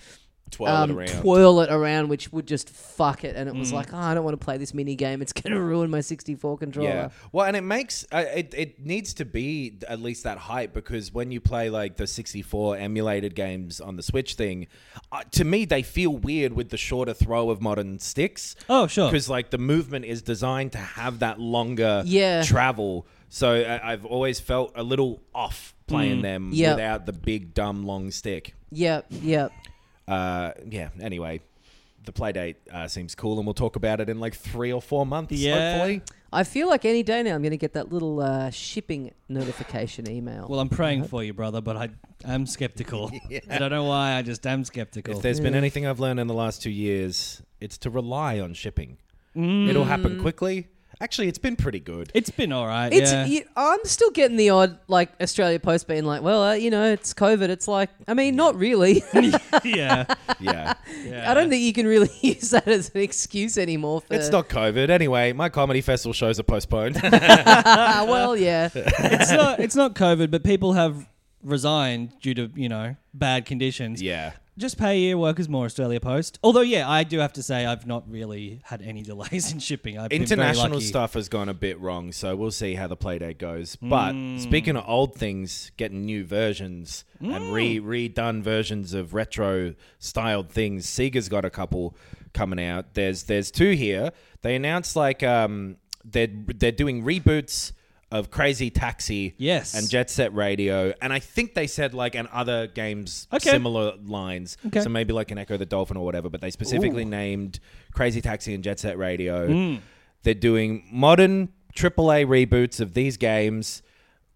Speaker 7: twirl
Speaker 5: um,
Speaker 7: it around.
Speaker 5: twirl it around, which would just fuck it, and it was like, oh, I don't want to play this mini game. It's gonna ruin my 64 controller.
Speaker 7: yeah. Well, and it makes uh, it it needs to be at least that height because when you play like the 64 emulated games on the Switch thing, uh, to me they feel weird with the shorter throw of modern sticks.
Speaker 6: Oh, sure.
Speaker 7: Because like the movement is designed to have that longer
Speaker 5: Yeah.
Speaker 7: travel. So I, I've always felt a little off playing them
Speaker 5: Yeah.
Speaker 7: without the big dumb long stick.
Speaker 5: Yep, yep.
Speaker 7: uh, yeah. Anyway, the play date uh, seems cool, and we'll talk about it in like three or four months.
Speaker 6: Yeah.
Speaker 7: Hopefully,
Speaker 5: I feel like any day now I'm gonna get that little uh, shipping notification email.
Speaker 6: Well, I'm
Speaker 7: Uh-huh.
Speaker 6: praying for you, brother, but I am skeptical. I don't know why. I just am skeptical.
Speaker 7: if there's been anything I've learned in the last two years, it's to rely on shipping. It'll happen quickly. Actually, it's been pretty good.
Speaker 6: it's been all right.
Speaker 5: It's
Speaker 6: yeah.
Speaker 5: you, I'm still getting the odd like Australia Post being like, well, uh, you know, it's COVID. It's like, I mean, not really.
Speaker 6: yeah.
Speaker 7: yeah,
Speaker 6: yeah.
Speaker 5: I don't think you can really use that as an excuse anymore. For,
Speaker 7: it's not COVID. Anyway, my comedy festival shows are postponed.
Speaker 5: Ah, well, yeah,
Speaker 6: it's not. It's not COVID, but people have resigned due to you know bad conditions.
Speaker 7: yeah,
Speaker 6: Just pay your workers more, Australia Post. Although, yeah, I do have to say I've not really had any delays in shipping. I've been very
Speaker 7: international
Speaker 6: lucky.
Speaker 7: stuff has gone a bit wrong, so we'll see how the play date goes.
Speaker 6: Hmm.
Speaker 7: But speaking of old things, getting new versions
Speaker 6: Hmm.
Speaker 7: and re redone versions of retro styled things, Sega's got a couple coming out. There's there's two here. They announced like um they're they're doing reboots of Crazy Taxi,
Speaker 6: Yes.
Speaker 7: and Jet Set Radio, and I think they said like and other games
Speaker 6: Okay.
Speaker 7: similar lines.
Speaker 6: Okay.
Speaker 7: So maybe like an Echo the Dolphin or whatever, but they specifically named Crazy Taxi and Jet Set Radio.
Speaker 6: Hmm.
Speaker 7: They're doing modern AAA reboots of these games,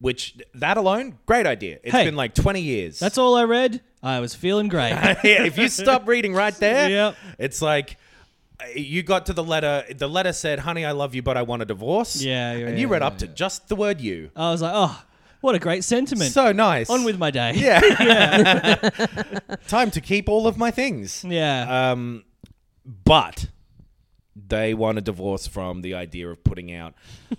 Speaker 7: which that alone, great idea. It's
Speaker 6: Hey.
Speaker 7: been like 20 years.
Speaker 6: That's all I read. I was feeling great.
Speaker 7: yeah, if you stop reading right there,
Speaker 6: Yep.
Speaker 7: it's like uh, you got to the letter. The letter said, "Honey, I love you, but I want a divorce."
Speaker 6: Yeah, yeah,
Speaker 7: and you
Speaker 6: yeah,
Speaker 7: read up to just the word "you."
Speaker 6: I was like, oh, what a great sentiment.
Speaker 7: So nice.
Speaker 6: On with my day.
Speaker 7: Yeah. Time to keep all of my things.
Speaker 6: Yeah.
Speaker 7: Um, but they want a divorce from the idea of putting out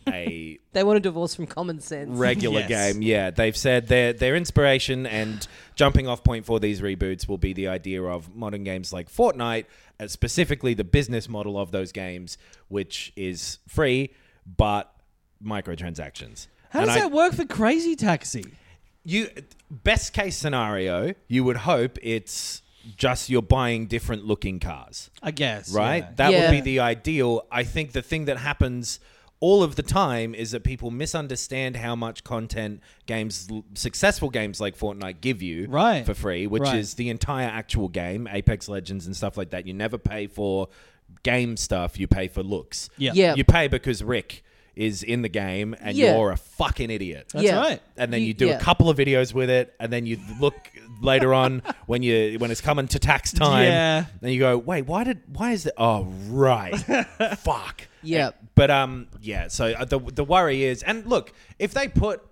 Speaker 7: a
Speaker 5: they want a divorce from common sense.
Speaker 7: regular
Speaker 6: Yes.
Speaker 7: game. Yeah, they've said their their inspiration and jumping off point for these reboots will be the idea of modern games like Fortnite, uh, specifically the business model of those games, which is free but microtransactions.
Speaker 6: How
Speaker 7: And
Speaker 6: does
Speaker 7: I-
Speaker 6: that work for Crazy Taxi?
Speaker 7: you best case scenario, you would hope it's just you're buying different looking cars
Speaker 6: I guess.
Speaker 7: right?
Speaker 6: yeah.
Speaker 7: That
Speaker 5: Yeah.
Speaker 7: would be the ideal. I think the thing that happens all of the time is that people misunderstand how much content games, successful games like Fortnite, give you
Speaker 6: Right.
Speaker 7: for free, which
Speaker 6: Right.
Speaker 7: is the entire actual game, Apex Legends and stuff like that. You never pay for game stuff; you pay for looks.
Speaker 6: Yeah.
Speaker 5: Yeah.
Speaker 7: you pay because Rick is in the game, and
Speaker 5: Yeah.
Speaker 7: you're a fucking idiot
Speaker 6: That's
Speaker 5: Yeah.
Speaker 6: right.
Speaker 7: and then
Speaker 5: You-
Speaker 7: you, do
Speaker 5: yeah.
Speaker 7: a couple of videos with it, and then you look later on when you when it's coming to tax time,
Speaker 6: Yeah.
Speaker 7: and you go, wait, why did why is it? Oh right, fuck.
Speaker 5: Yeah.
Speaker 7: But um, yeah. So uh, the the worry is, and look, if they put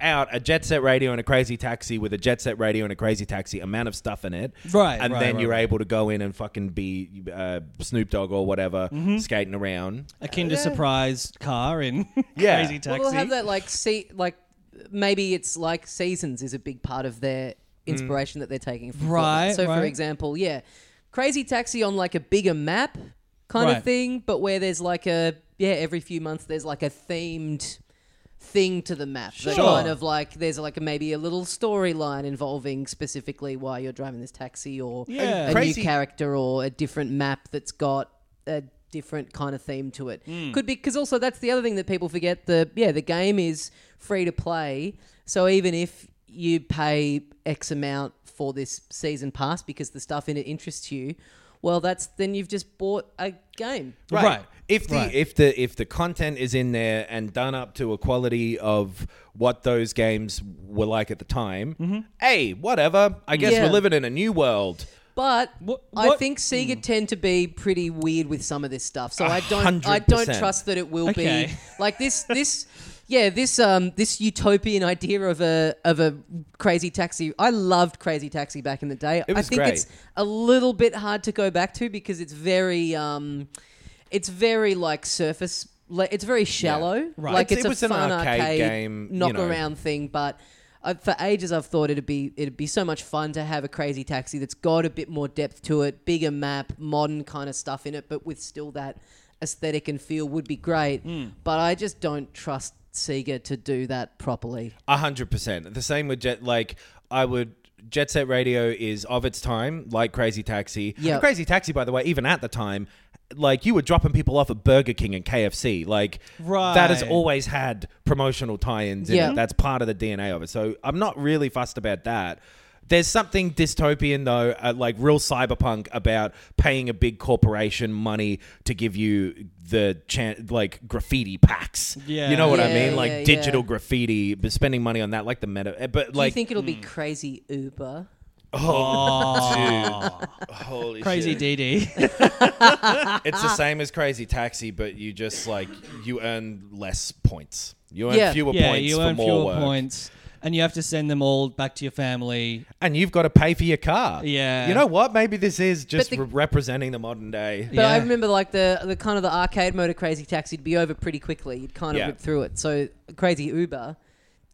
Speaker 7: out a jet set radio and a crazy taxi with a jet set radio and a crazy taxi amount of stuff in it.
Speaker 6: Right,
Speaker 7: And
Speaker 6: right,
Speaker 7: then
Speaker 6: right,
Speaker 7: you're
Speaker 6: right.
Speaker 7: able to go in and fucking be uh, Snoop Dogg or whatever
Speaker 6: Mm-hmm.
Speaker 7: skating around.
Speaker 6: a Kinder Surprise car in
Speaker 7: Yeah.
Speaker 6: Crazy Taxi.
Speaker 5: Well, we'll have that like see like maybe it's like seasons is a big part of their inspiration that they're taking from Fortnite.
Speaker 6: Mm. Right,
Speaker 5: So for
Speaker 6: right.
Speaker 5: example, yeah, Crazy Taxi on like a bigger map kind
Speaker 6: Right.
Speaker 5: of thing, but where there's like a yeah every few months there's like a themed thing to the map that
Speaker 6: Sure.
Speaker 5: kind of like there's like maybe a little storyline involving specifically why you're driving this taxi or
Speaker 6: Yeah.
Speaker 5: a
Speaker 7: Crazy-
Speaker 5: new character or a different map that's got a different kind of theme to it. Could be because also that's the other thing that people forget. The yeah, the game is free to play, so even if you pay X amount for this season pass because the stuff in it interests you, well, that's then you've just bought a game.
Speaker 7: Right.
Speaker 6: Right.
Speaker 7: If the
Speaker 6: Right.
Speaker 7: if the if the content is in there and done up to a quality of what those games were like at the time, hey, whatever. I guess
Speaker 5: Yeah.
Speaker 7: we're living in a new world.
Speaker 5: But
Speaker 6: What-
Speaker 5: I
Speaker 6: what-
Speaker 5: think
Speaker 7: Hmm.
Speaker 5: Sega tend to be pretty weird with some of this stuff, so I don't.
Speaker 7: hundred
Speaker 5: I don't
Speaker 7: percent.
Speaker 5: trust that it will
Speaker 6: Okay.
Speaker 5: be like this. This, yeah, this um, this utopian idea of a of a crazy taxi. I loved Crazy Taxi back in the day.
Speaker 7: It was
Speaker 5: I think
Speaker 7: great.
Speaker 5: it's a little bit hard to go back to because it's very um, it's very like surface. le- It's very shallow.
Speaker 6: Right.
Speaker 5: Like
Speaker 7: It's-
Speaker 5: it's, a
Speaker 7: it was an
Speaker 5: fun
Speaker 7: arcade
Speaker 5: arcade,
Speaker 7: game, you know.
Speaker 5: knock around thing, but I, for ages I've thought it'd be it'd be so much fun to have a crazy taxi that's got a bit more depth to it, bigger map, modern kind of stuff in it, but with still that aesthetic and feel would be great.
Speaker 7: Hmm.
Speaker 5: But I just don't trust Sega to do that properly.
Speaker 7: A hundred percent. The same with Jet. Like I would. Jet Set Radio is of its time, like Crazy Taxi.
Speaker 5: Yeah.
Speaker 7: And Crazy Taxi, by the way, even at the time, like you were dropping people off at Burger King and KFC. Like that has
Speaker 6: Right.
Speaker 7: always had promotional tie-ins in
Speaker 5: Yeah.
Speaker 7: it. That's part of the DNA of it. So I'm not really fussed about that. There's something dystopian though, uh, like real cyberpunk about paying a big corporation money to give you the chan- like graffiti packs.
Speaker 6: Yeah.
Speaker 7: You know what I
Speaker 5: Yeah,
Speaker 7: mean? Like
Speaker 5: yeah, yeah.
Speaker 7: digital graffiti, but spending money on that, like the meta. eh, But
Speaker 5: do you
Speaker 7: like,
Speaker 5: think it'll be crazy Uber?
Speaker 7: holy
Speaker 6: Crazy
Speaker 7: shit.
Speaker 6: DD.
Speaker 7: It's the same as Crazy Taxi, but you just like you earn less points. You earn
Speaker 5: Yeah.
Speaker 7: fewer
Speaker 6: yeah,
Speaker 7: points
Speaker 6: you
Speaker 7: for
Speaker 6: earn
Speaker 7: more
Speaker 6: fewer
Speaker 7: work,
Speaker 6: points, and you have to send them all back to your family.
Speaker 7: and you've got to pay for your car.
Speaker 6: Yeah.
Speaker 7: you know what? Maybe this is just
Speaker 5: the-
Speaker 7: re- representing the modern day.
Speaker 5: But I
Speaker 6: Yeah.
Speaker 5: remember like the the kind of the arcade mode of Crazy Taxi would be over pretty quickly. You'd kind of
Speaker 7: Yeah.
Speaker 5: whip through it. So Crazy Uber,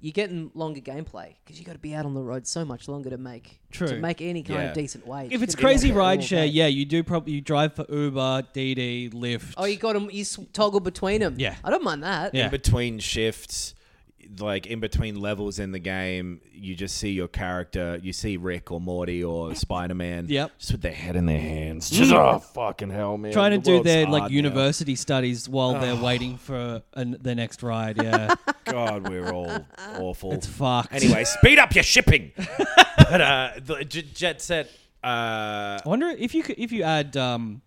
Speaker 5: you're getting longer gameplay because you got to be out on the road so much longer to make to
Speaker 6: True.
Speaker 5: make any kind
Speaker 7: Yeah.
Speaker 5: of decent wage.
Speaker 6: If
Speaker 5: You
Speaker 6: it's
Speaker 5: gotta be
Speaker 6: crazy
Speaker 5: out there all
Speaker 6: rideshare,
Speaker 5: day.
Speaker 6: yeah, you do probably you drive for Uber, DD, Lyft.
Speaker 5: Oh, you got them. You s- toggle between them.
Speaker 6: Yeah.
Speaker 5: I don't mind that.
Speaker 6: Yeah.
Speaker 7: In between shifts, like in between levels in the game, you just see your character. You see Rick or Morty or Spider Man.
Speaker 6: Yep. Mm.
Speaker 7: just with their head in their hands. Just oh fucking hell, man!
Speaker 6: trying to
Speaker 7: The
Speaker 6: do
Speaker 7: world's
Speaker 6: their
Speaker 7: hard
Speaker 6: like
Speaker 7: now.
Speaker 6: university studies while they're waiting for an, the next ride. Yeah,
Speaker 7: God, we're all awful.
Speaker 6: it's fucked.
Speaker 7: Anyway, speed up your shipping. but uh, the J- Jet Set.
Speaker 6: I
Speaker 7: Uh,
Speaker 6: wonder if you could, if you add um,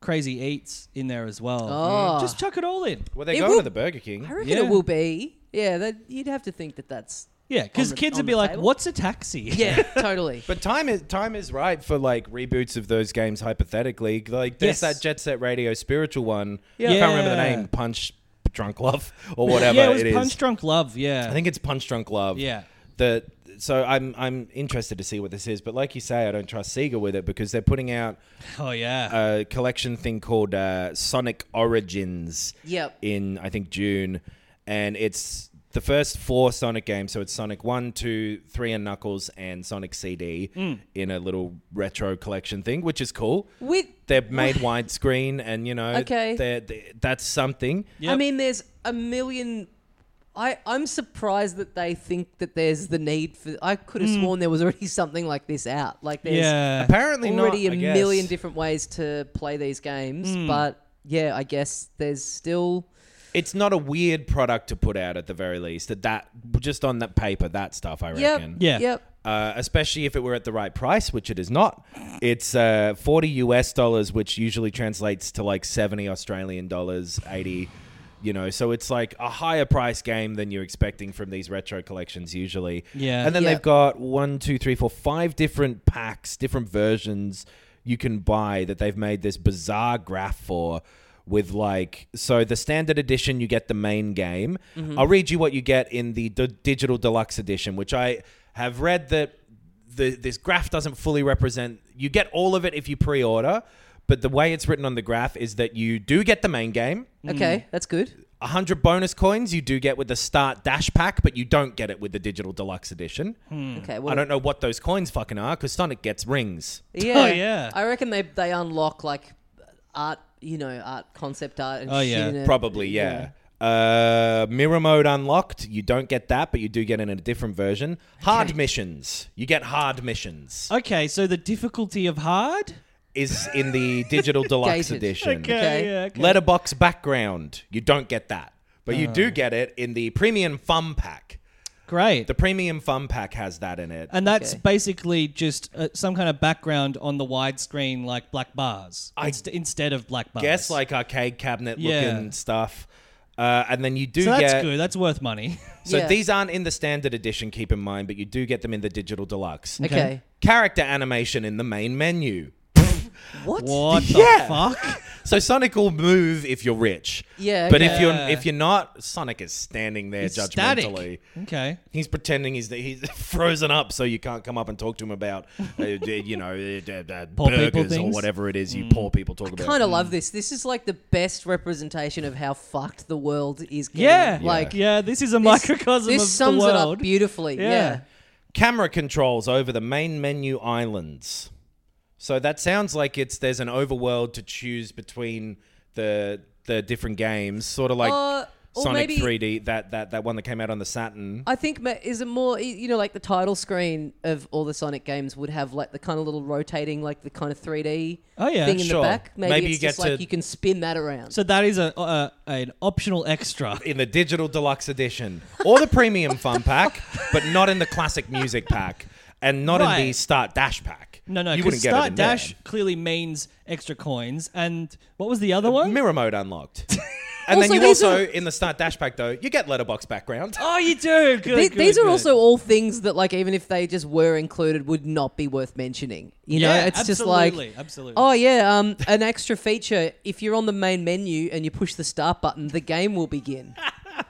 Speaker 6: Crazy Eats in there as well.
Speaker 5: Oh.
Speaker 6: Just chuck it all in.
Speaker 7: well, they're
Speaker 5: It
Speaker 7: going
Speaker 5: will-
Speaker 7: to the Burger King.
Speaker 5: I reckon
Speaker 6: Yeah.
Speaker 5: it will be. Yeah, that, you'd have to think that that's.
Speaker 6: Yeah, because
Speaker 5: the-
Speaker 6: kids
Speaker 5: on
Speaker 6: would be
Speaker 5: the
Speaker 6: like,
Speaker 5: table?
Speaker 6: "What's a taxi?"
Speaker 5: Yeah, totally.
Speaker 7: But time is time is right for like reboots of those games. Hypothetically, like there's
Speaker 6: Yes.
Speaker 7: that Jet Set Radio spiritual one.
Speaker 6: Yeah.
Speaker 7: I can't remember the
Speaker 6: Yeah.
Speaker 7: name. Punch Drunk Love or whatever
Speaker 6: yeah, it was
Speaker 7: it is.
Speaker 6: Punch Drunk Love. Yeah,
Speaker 7: I think it's Punch Drunk Love.
Speaker 6: Yeah.
Speaker 7: The so I'm I'm interested to see what this is, but like you say, I don't trust Sega with it because they're putting out
Speaker 6: Oh yeah.
Speaker 5: Uh,
Speaker 7: a collection thing called uh, Sonic Origins.
Speaker 5: Yep.
Speaker 7: In I think June, and it's the first four Sonic games. So it's Sonic One, Two, Three, and Knuckles, and Sonic CD
Speaker 5: Hmm.
Speaker 7: in a little retro collection thing, which is cool.
Speaker 5: With
Speaker 7: They're made widescreen, and you know,
Speaker 5: Okay.
Speaker 7: they're, they that's something.
Speaker 5: I
Speaker 6: Yep.
Speaker 5: mean, there's a million. I, I'm surprised that they think that there's the need for. I could have sworn there was already something like this out. Like there's
Speaker 6: Hmm. yeah.
Speaker 7: Apparently,
Speaker 5: already
Speaker 7: not, I
Speaker 5: a
Speaker 7: guess.
Speaker 5: million different ways to play these games,
Speaker 6: Hmm.
Speaker 5: but yeah, I guess there's still.
Speaker 7: It's not a weird product to put out at the very least. That that just on that paper, that stuff I reckon.
Speaker 5: Yep.
Speaker 6: Yeah.
Speaker 5: Yep.
Speaker 7: uh, especially if it were at the right price, which it is not. It's uh, 40 US dollars, which usually translates to like 70 Australian dollars, 80, you know. So it's like a higher price game than you're expecting from these retro collections usually.
Speaker 6: Yeah.
Speaker 7: And then
Speaker 5: Yeah.
Speaker 7: they've got one, two, three, four, five different packs, different versions you can buy that they've made this bizarre graph for. with like so the standard edition you get the main game. I'll read you what you get in the d- digital deluxe edition, which I have read that the this graph doesn't fully represent. You get all of it if you pre-order, but the way it's written on the graph is that you do get the main game.
Speaker 6: Hmm.
Speaker 5: Okay, that's good.
Speaker 7: 100 bonus coins you do get with the start dash pack, but you don't get it with the digital deluxe edition.
Speaker 6: Hmm.
Speaker 5: Okay, well,
Speaker 7: I don't know what those coins fucking are because Sonic gets rings.
Speaker 5: Yeah,
Speaker 6: Oh, yeah.
Speaker 5: I reckon they they unlock like art, you know, art concept art and
Speaker 6: Oh,
Speaker 5: shit
Speaker 6: yeah.
Speaker 5: in it.
Speaker 7: Probably, yeah. Uh, mirror mode unlocked. You don't get that, but you do get it in a different version. Hard missions. You get hard missions.
Speaker 6: Okay, so the difficulty of hard.
Speaker 7: Is in the digital deluxe
Speaker 5: Gated.
Speaker 7: edition.
Speaker 5: Okay.
Speaker 6: yeah, okay.
Speaker 7: Letterbox background. You don't get that, but you
Speaker 6: Uh.
Speaker 7: do get it in the premium fun pack.
Speaker 6: Great.
Speaker 7: The premium fun pack has that in it.
Speaker 6: and that's
Speaker 5: Okay.
Speaker 6: basically just uh, some kind of background on the widescreen, like black bars, inst- instead of black bars.
Speaker 7: guess like arcade cabinet
Speaker 6: Yeah.
Speaker 7: looking stuff. Uh, and then you do
Speaker 6: so that's
Speaker 7: get
Speaker 6: good. That's worth money.
Speaker 7: so
Speaker 5: Yeah.
Speaker 7: these aren't in the standard edition, keep in mind, but you do get them in the digital deluxe.
Speaker 5: Okay.
Speaker 6: Okay.
Speaker 7: Character animation in the main menu.
Speaker 5: What?
Speaker 6: what the
Speaker 7: Yeah.
Speaker 6: fuck?
Speaker 7: So Sonic will move if you're rich.
Speaker 5: Yeah,
Speaker 7: But if
Speaker 5: okay.
Speaker 7: you're
Speaker 6: Yeah.
Speaker 7: if you're not, Sonic is standing there
Speaker 6: It's
Speaker 7: judgmentally.
Speaker 6: static. Okay.
Speaker 7: He's pretending he's he's frozen up, so you can't come up and talk to him about, uh, you know, uh, uh,
Speaker 6: Poor people
Speaker 7: burgers or
Speaker 6: things? Mm.
Speaker 7: whatever it is you poor people talk about.
Speaker 5: Kind of love this. This is like the best representation of how fucked the world is. Getting.
Speaker 6: Yeah.
Speaker 5: like
Speaker 6: yeah, this is a
Speaker 5: this-
Speaker 6: microcosm
Speaker 5: This
Speaker 6: of
Speaker 5: sums
Speaker 6: the
Speaker 5: it
Speaker 6: world.
Speaker 5: up beautifully. Yeah.
Speaker 6: Yeah.
Speaker 7: camera controls over the main menu islands. So that sounds like it's there's an overworld to choose between the the different games, sort of like
Speaker 5: Uh, or
Speaker 7: Sonic
Speaker 5: maybe-
Speaker 7: 3D, that, that that one that came out on the Saturn.
Speaker 5: I think ma- is it more y- you know like the title screen of all the Sonic games would have like the kind of little rotating like the kind of 3D
Speaker 6: Oh, yeah,
Speaker 5: thing in
Speaker 7: sure.
Speaker 5: the back. Maybe,
Speaker 7: Maybe
Speaker 5: it's
Speaker 7: you get
Speaker 5: just like
Speaker 7: to-
Speaker 5: you can spin that around.
Speaker 6: So that is a uh, an optional extra.
Speaker 7: in the digital deluxe edition or the premium fun pack, but not in the classic music pack and not in the
Speaker 6: Right.
Speaker 7: start dash pack.
Speaker 6: No, no,
Speaker 7: you
Speaker 6: 'cause
Speaker 7: wouldn't get it
Speaker 6: start
Speaker 7: in there.
Speaker 6: dash clearly means extra coins. And what was the other one?
Speaker 7: mirror mode unlocked. And
Speaker 5: Also,
Speaker 7: then you
Speaker 5: these
Speaker 7: also
Speaker 5: are-
Speaker 7: in the start dash pack though, you get letterbox background.
Speaker 6: oh, you do. Good,
Speaker 5: Th-
Speaker 6: good,
Speaker 5: these are
Speaker 6: good.
Speaker 5: also all things that, like, even if they just were included, would not be worth mentioning. You know,
Speaker 6: Yeah,
Speaker 5: it's just like,
Speaker 6: absolutely, absolutely.
Speaker 5: oh yeah, um, an extra feature. If you're on the main menu and you push the start button, the game will begin.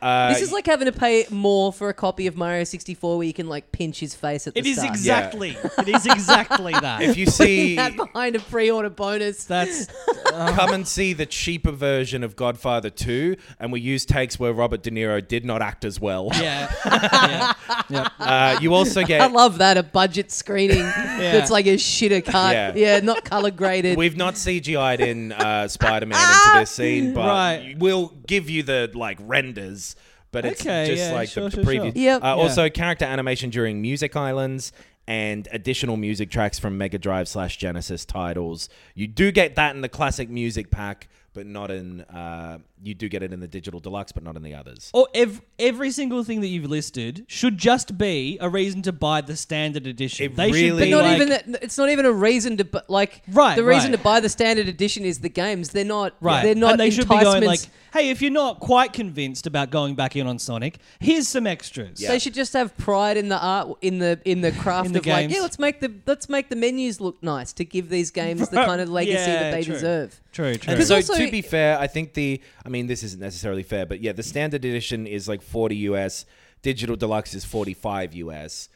Speaker 6: Uh,
Speaker 5: this is like having to pay more for a copy of Mario 64, where you can like pinch his face at the
Speaker 6: It is
Speaker 5: start.
Speaker 6: exactly. It is exactly that.
Speaker 7: If you see
Speaker 5: that behind a pre-order bonus.
Speaker 6: That's Uh-huh.
Speaker 7: come and see the cheaper version of Godfather 2 and we use takes where Robert De Niro did not act as well.
Speaker 6: yeah. yeah. Yep.
Speaker 7: Uh, you also
Speaker 5: I
Speaker 7: get
Speaker 5: love that a budget screening that's like a shitter cut.
Speaker 7: Yeah.
Speaker 5: Yeah, not color graded.
Speaker 7: We've not CGI'd in uh, Spider-Man into this scene, but
Speaker 6: Ah! Right.
Speaker 7: we'll give you the like renders. But it's
Speaker 6: Okay,
Speaker 7: just
Speaker 6: yeah,
Speaker 7: like
Speaker 6: sure,
Speaker 7: the, the
Speaker 6: sure,
Speaker 7: preview.
Speaker 6: sure.
Speaker 5: Yep.
Speaker 7: Uh, Also, character animation during Music Islands and additional music tracks from Mega Drive slash Genesis titles. You do get that in the classic music pack, but not in. Uh, you do get it in the digital deluxe, but not in the others.
Speaker 6: Or ev- every single thing that you've listed should just be a reason to buy the standard edition.
Speaker 7: It
Speaker 6: they should
Speaker 7: really-
Speaker 6: be
Speaker 5: But not
Speaker 6: like,
Speaker 5: even that. It's not even a reason to bu- like.
Speaker 6: Right,
Speaker 5: The reason
Speaker 6: right.
Speaker 5: to buy the standard edition is the games. They're not.
Speaker 6: Right.
Speaker 5: They're not.
Speaker 6: and they should be
Speaker 5: enticements.
Speaker 6: going like, hey, if you're not quite convinced about going back in on Sonic, here's some extras.
Speaker 5: They should just have pride in the art, in the in the craft
Speaker 6: In the
Speaker 5: of like,
Speaker 6: games.
Speaker 5: yeah, let's make the let's make the menus look nice to give these games the kind of legacy
Speaker 6: Yeah,
Speaker 5: that they
Speaker 6: true.
Speaker 5: deserve.
Speaker 6: True, true.
Speaker 7: And so
Speaker 5: also-
Speaker 7: to be fair, I think the I mean this isn't necessarily fair, but yeah, the standard edition is like 40 US, digital deluxe is 45 US.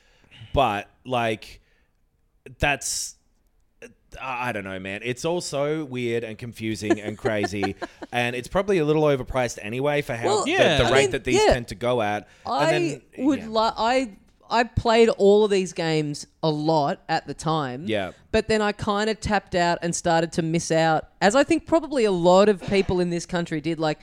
Speaker 7: But like that's I I don't know, man. It's all so weird and confusing and crazy, and it's probably a little overpriced anyway for how
Speaker 5: Well,
Speaker 7: the,
Speaker 6: Yeah.
Speaker 7: the
Speaker 6: I
Speaker 7: rate
Speaker 5: mean,
Speaker 7: that these
Speaker 5: yeah.
Speaker 7: tend to go at.
Speaker 5: I
Speaker 7: and then,
Speaker 5: would
Speaker 7: yeah.
Speaker 5: li- I I played all of these games a lot at the time.
Speaker 7: Yeah.
Speaker 5: But then I kind of tapped out and started to miss out, as I think probably a lot of people in this country did. Like,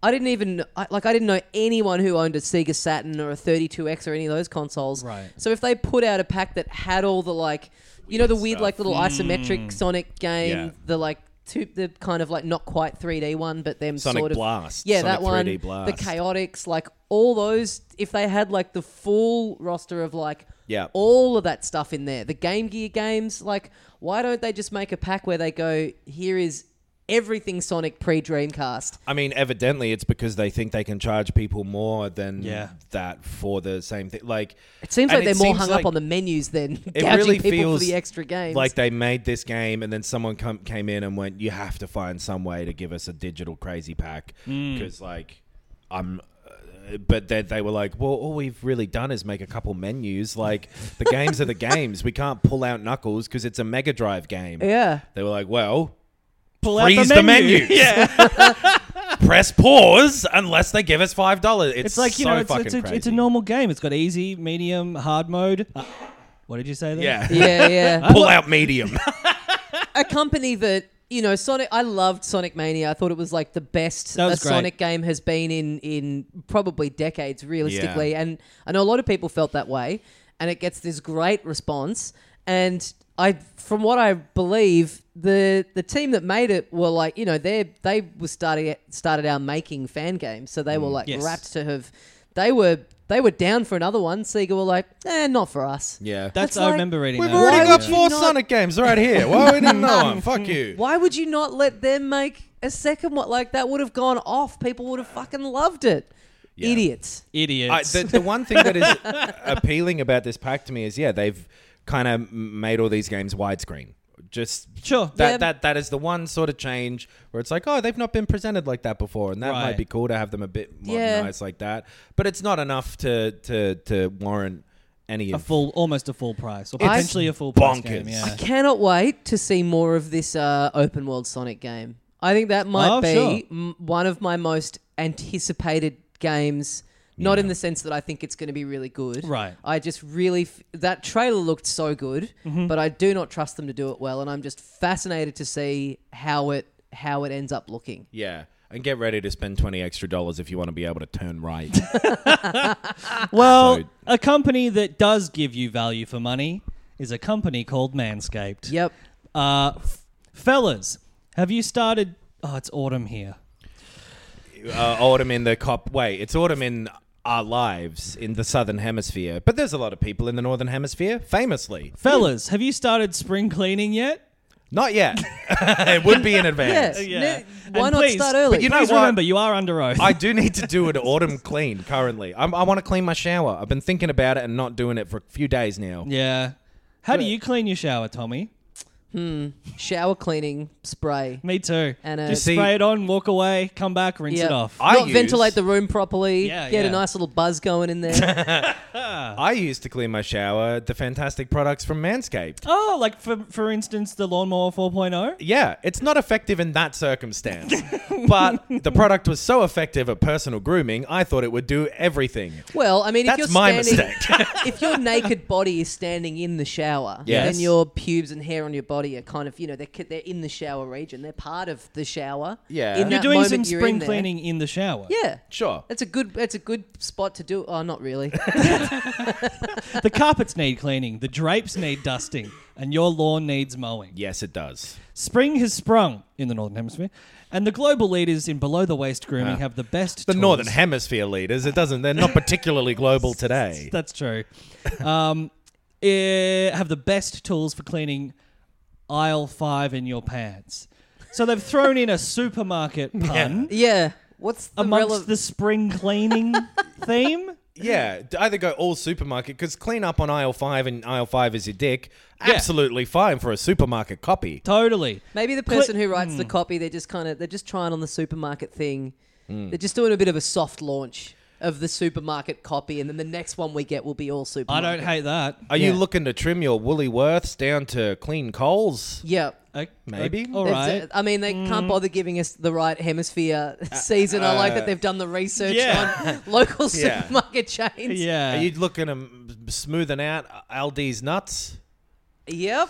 Speaker 5: I didn't even I, like I didn't know anyone who owned a Sega Saturn or a 32X or any of those consoles.
Speaker 6: Right.
Speaker 5: So if they put out a pack that had all the like, you know, the weird like little isometric Sonic game,
Speaker 7: Mm. Yeah.
Speaker 5: the like. Two, the kind of like not quite 3D one, but them
Speaker 7: Sonic
Speaker 5: sort of
Speaker 7: Blast,
Speaker 5: yeah,
Speaker 7: Sonic
Speaker 5: that one,
Speaker 7: 3D
Speaker 5: the
Speaker 7: Blast.
Speaker 5: chaotics, like all those. If they had like the full roster of like
Speaker 7: Yeah.
Speaker 5: all of that stuff in there, the Game Gear games, like why don't they just make a pack where they go, here is everything Sonic pre Dreamcast.
Speaker 7: I mean, evidently, it's because they think they can charge people more than
Speaker 6: Yeah.
Speaker 7: that for the same thing. Like
Speaker 5: It seems
Speaker 7: and
Speaker 5: like they're more
Speaker 7: seems
Speaker 5: hung
Speaker 7: like
Speaker 5: up on the menus than
Speaker 7: It
Speaker 5: gouging
Speaker 7: really
Speaker 5: people
Speaker 7: feels
Speaker 5: for the extra games.
Speaker 7: Like they made this game, and then someone come, came in and went, "You have to find some way to give us a digital crazy pack,"
Speaker 6: Mm.
Speaker 7: because like I'm. uh, But they, they were like, well, all we've really done is make a couple menus. Like, the games are the games. We can't pull out Knuckles because it's a Mega Drive game.
Speaker 5: yeah.
Speaker 7: They were like, well,
Speaker 6: Pull
Speaker 7: freeze the menu. yeah. Press pause unless they give us five dollars. It's,
Speaker 6: It's like you
Speaker 7: so
Speaker 6: know, it's,
Speaker 7: fucking
Speaker 6: it's, a,
Speaker 7: crazy.
Speaker 6: it's a normal game. It's got easy, medium, hard mode. Uh, what did you say there?
Speaker 7: yeah.
Speaker 5: Yeah, yeah.
Speaker 7: Pull out medium.
Speaker 5: a company that you know Sonic I loved Sonic Mania. I thought it was like the best
Speaker 6: That
Speaker 5: a
Speaker 6: was great.
Speaker 5: Sonic game has been in in probably decades realistically
Speaker 7: Yeah.
Speaker 5: and I know a lot of people felt that way and it gets this great response and I from what I believe the the team that made it were like you know they they were starting started out making fan games so they were like
Speaker 6: Mm, yes.
Speaker 5: rapt to have they were they were down for another one Sega were like eh not for us
Speaker 7: yeah.
Speaker 6: That's
Speaker 5: It's
Speaker 6: I
Speaker 5: like-
Speaker 6: remember readting
Speaker 7: We've
Speaker 6: that.
Speaker 7: already
Speaker 5: Why
Speaker 7: got
Speaker 5: would you
Speaker 7: four
Speaker 5: not-
Speaker 7: Sonic games right here. Why we didn't know them? Fuck you.
Speaker 5: Why would you not let them make a second one? Like that would have gone off. People would have fucking loved it.
Speaker 7: Yeah.
Speaker 5: Idiots.
Speaker 7: I,
Speaker 6: idiots.
Speaker 7: the, the one thing that is appealing about this pack to me is, yeah, they've kind of made all these games widescreen. Just
Speaker 6: Sure.
Speaker 7: that
Speaker 5: Yeah.
Speaker 7: that that is the one sort of change where it's like, oh, they've not been presented like that before, and that
Speaker 6: Right.
Speaker 7: might be cool to have them a bit
Speaker 5: Yeah.
Speaker 7: modernized like that. But it's not enough to to to warrant any
Speaker 6: a
Speaker 7: of
Speaker 6: full, almost a full price, or
Speaker 5: It's
Speaker 6: potentially a full price game.
Speaker 7: bonkers.
Speaker 6: Yeah.
Speaker 5: Cannot wait to see more of this uh, open world Sonic game. I think that might
Speaker 6: Oh,
Speaker 5: be
Speaker 6: sure.
Speaker 5: m- one of my most anticipated games. Not in the sense that I think it's going to be really good.
Speaker 6: Right.
Speaker 5: I just really f- that trailer looked so good,
Speaker 6: Mm-hmm.
Speaker 5: but I do not trust them to do it well, and I'm just fascinated to see how it how it ends up looking.
Speaker 7: yeah. And get ready to spend twenty extra dollars if you want to be able to turn right.
Speaker 6: Well,
Speaker 7: So-
Speaker 6: a company that does give you value for money is a company called Manscaped.
Speaker 5: Yep.
Speaker 6: Uh, f- fellas, have you started? Oh, it's autumn here.
Speaker 7: uh, autumn in the cop. Wait, it's autumn in our lives in the southern hemisphere. But there's a lot of people in the northern hemisphere, famously.
Speaker 6: Fellas, have you started spring cleaning yet?
Speaker 7: Not yet. it would be in advance.
Speaker 5: Yeah. Ne- why
Speaker 6: And
Speaker 5: not
Speaker 6: please-
Speaker 5: start early?
Speaker 6: But you know
Speaker 7: Please
Speaker 6: what?
Speaker 7: remember,
Speaker 6: remember, you are under oath.
Speaker 7: I do need to do an autumn clean currently. I'm, I want to clean my shower. I've been thinking about it and not doing it for a few days now.
Speaker 6: yeah. How do you clean your shower, Tommy?
Speaker 5: Shower cleaning spray.
Speaker 6: Me too.
Speaker 5: And, uh,
Speaker 6: Just
Speaker 7: See-
Speaker 6: spray it on, walk away, come back, rinse
Speaker 5: Yep.
Speaker 6: it off.
Speaker 7: I
Speaker 5: Not
Speaker 7: use-
Speaker 5: ventilate the room properly.
Speaker 6: Yeah,
Speaker 5: Get
Speaker 6: yeah.
Speaker 5: a nice little buzz going in there.
Speaker 7: I used to clean my shower the fantastic products from Manscaped.
Speaker 6: oh, like for for instance, the lawnmower oh? 4.0.
Speaker 7: Yeah, it's not effective in that circumstance. but the product was so effective at personal grooming, I thought it would do everything.
Speaker 5: well, I mean, if
Speaker 7: That's
Speaker 5: you're
Speaker 7: my
Speaker 5: standing,
Speaker 7: mistake.
Speaker 5: if your naked body is standing in the shower,
Speaker 7: Yes.
Speaker 5: then your pubes and hair on your body are kind of, you know, they're ki- they're in the shower region. They're part of the shower.
Speaker 7: Yeah.
Speaker 5: In
Speaker 7: You're
Speaker 5: that
Speaker 6: You're doing
Speaker 5: moment
Speaker 6: some
Speaker 5: you're
Speaker 6: spring
Speaker 5: in there.
Speaker 6: cleaning in the shower.
Speaker 5: Yeah.
Speaker 7: Sure.
Speaker 5: That's a good. That's a good spot to do. Oh, not really.
Speaker 6: The carpets need cleaning, the drapes need dusting, and your lawn needs mowing.
Speaker 7: Yes, it does.
Speaker 6: Spring has sprung in the Northern Hemisphere, and the global leaders in below the waist grooming have the best.
Speaker 7: The
Speaker 6: tools.
Speaker 7: Northern Hemisphere leaders, it doesn't. They're not particularly global today.
Speaker 6: That's true. Um, eh, have the best tools for cleaning aisle five in your pants. So they've thrown in a supermarket pun
Speaker 5: yeah. What's the
Speaker 6: amongst
Speaker 5: rele-
Speaker 6: the spring cleaning theme.
Speaker 7: Yeah, d- either go all supermarket because clean up on aisle five and aisle five is your dick. Absolutely fine for a supermarket copy.
Speaker 6: Totally.
Speaker 5: Maybe the person who writes the copy, they're just kind of they're just trying on the supermarket thing. They're just doing a bit of a soft launch of the supermarket copy, and then the next one we get will be all
Speaker 6: I
Speaker 5: supermarket.
Speaker 6: don't hate that.
Speaker 7: Are you
Speaker 5: Yeah.
Speaker 7: looking to trim your woolly worths down to clean coals?
Speaker 5: Yeah.
Speaker 6: Okay,
Speaker 7: Maybe.
Speaker 6: All
Speaker 5: It's,
Speaker 6: right.
Speaker 5: uh, I mean, they can't bother giving us the right hemisphere season. I like that they've done the research
Speaker 6: yeah.
Speaker 5: on local
Speaker 7: Yeah.
Speaker 5: supermarket chains.
Speaker 6: yeah.
Speaker 7: Are you looking to m- smoothing out uh, Aldi's nuts?
Speaker 5: Yep.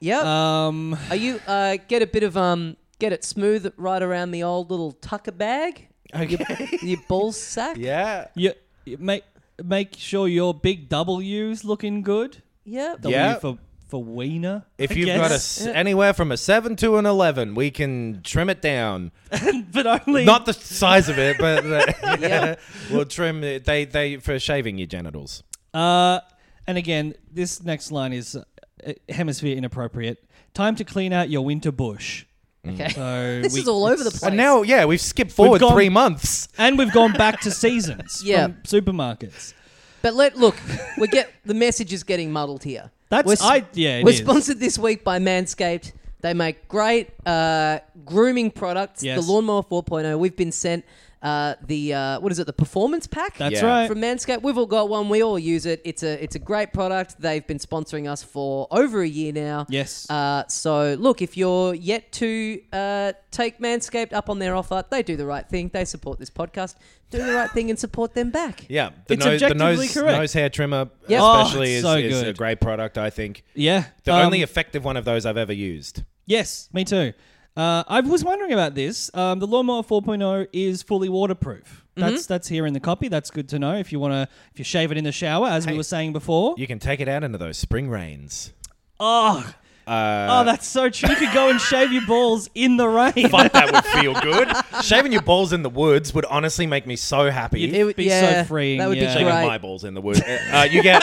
Speaker 5: Yep.
Speaker 6: um.
Speaker 5: Are you uh, get a bit of um get it smooth right around the old little tucker bag,
Speaker 7: Okay.
Speaker 5: your ball sack.
Speaker 7: yeah.
Speaker 6: You, you make make sure your big W's looking good.
Speaker 5: Yep.
Speaker 6: W
Speaker 7: Yeah.
Speaker 6: for for wiener.
Speaker 7: If
Speaker 6: I
Speaker 7: you've
Speaker 6: guess.
Speaker 7: got a s- anywhere from a seven to an eleven, we can trim it down.
Speaker 6: but only
Speaker 7: Not the size of it, but uh, we'll trim it. They they for shaving your genitals.
Speaker 6: Uh, and again, this next line is uh, hemisphere inappropriate. Time to clean out your winter bush.
Speaker 5: Okay.
Speaker 6: So
Speaker 5: this
Speaker 6: we-
Speaker 5: is all over the place.
Speaker 7: And now, yeah, we've skipped forward
Speaker 6: gone-
Speaker 7: three months.
Speaker 6: and we've gone back to seasons
Speaker 5: Yeah.
Speaker 6: from supermarkets.
Speaker 5: But let look, we get the message is getting muddled here.
Speaker 6: That's-
Speaker 5: we're, s-
Speaker 6: I- yeah, it
Speaker 5: we're
Speaker 6: is.
Speaker 5: sponsored this week by Manscaped. They make great uh, grooming products.
Speaker 6: Yes.
Speaker 5: The lawnmower 4.0. We've been sent uh, the uh, what is it? The performance pack.
Speaker 6: That's
Speaker 7: Yeah.
Speaker 6: right.
Speaker 5: From Manscaped, we've all got one. We all use it. It's a it's a great product. They've been sponsoring us for over a year now.
Speaker 6: Yes.
Speaker 5: Uh, so look, if you're yet to uh, take Manscaped up on their offer, they do the right thing. They support this podcast. Do the right thing and support them back.
Speaker 7: Yeah, the,
Speaker 6: It's
Speaker 7: nose, the
Speaker 6: objectively
Speaker 7: nose,
Speaker 6: correct.
Speaker 7: nose hair trimmer,
Speaker 5: Yep. Oh,
Speaker 7: especially,
Speaker 6: it's
Speaker 7: is,
Speaker 6: so
Speaker 7: is a
Speaker 6: good.
Speaker 7: great product. I think
Speaker 6: yeah.
Speaker 7: the
Speaker 6: um,
Speaker 7: only effective one of those I've ever used.
Speaker 6: Yes, me too. Uh, I was wondering about this. Um, the lawnmower 4.0 is fully waterproof.
Speaker 5: Mm-hmm.
Speaker 6: That's that's here in the copy. That's good to know. If you want to, if you shave it in the shower, as we were saying before.
Speaker 7: You can take it out into those spring rains.
Speaker 6: oh,
Speaker 7: Uh,
Speaker 6: oh, that's so true. You could go and shave your balls in the rain.
Speaker 7: But that would feel good. Shaving your balls in the woods would honestly make me so happy.
Speaker 6: It would be
Speaker 5: yeah,
Speaker 6: so freeing.
Speaker 5: that would be
Speaker 6: yeah.
Speaker 7: Shaving
Speaker 5: great.
Speaker 7: my balls in the woods. Uh, you get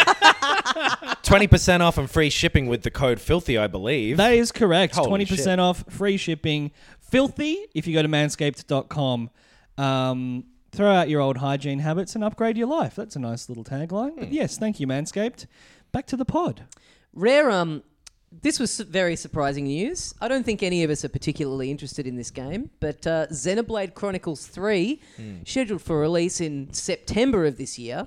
Speaker 7: 20% off and free shipping with the code FILTHY, I believe.
Speaker 6: That is correct.
Speaker 7: Holy
Speaker 6: Twenty percent off, free shipping. Filthy if you go to manscaped.com. Um, throw out your old hygiene habits and upgrade your life. That's a nice little tagline.
Speaker 5: Hmm.
Speaker 6: But yes, thank you, Manscaped. Back to the pod.
Speaker 5: Rare. Um, this was su- very surprising news. I don't think any of us are particularly interested in this game, but uh, Xenoblade Chronicles Three,
Speaker 7: Hmm.
Speaker 5: scheduled for release in September of this year,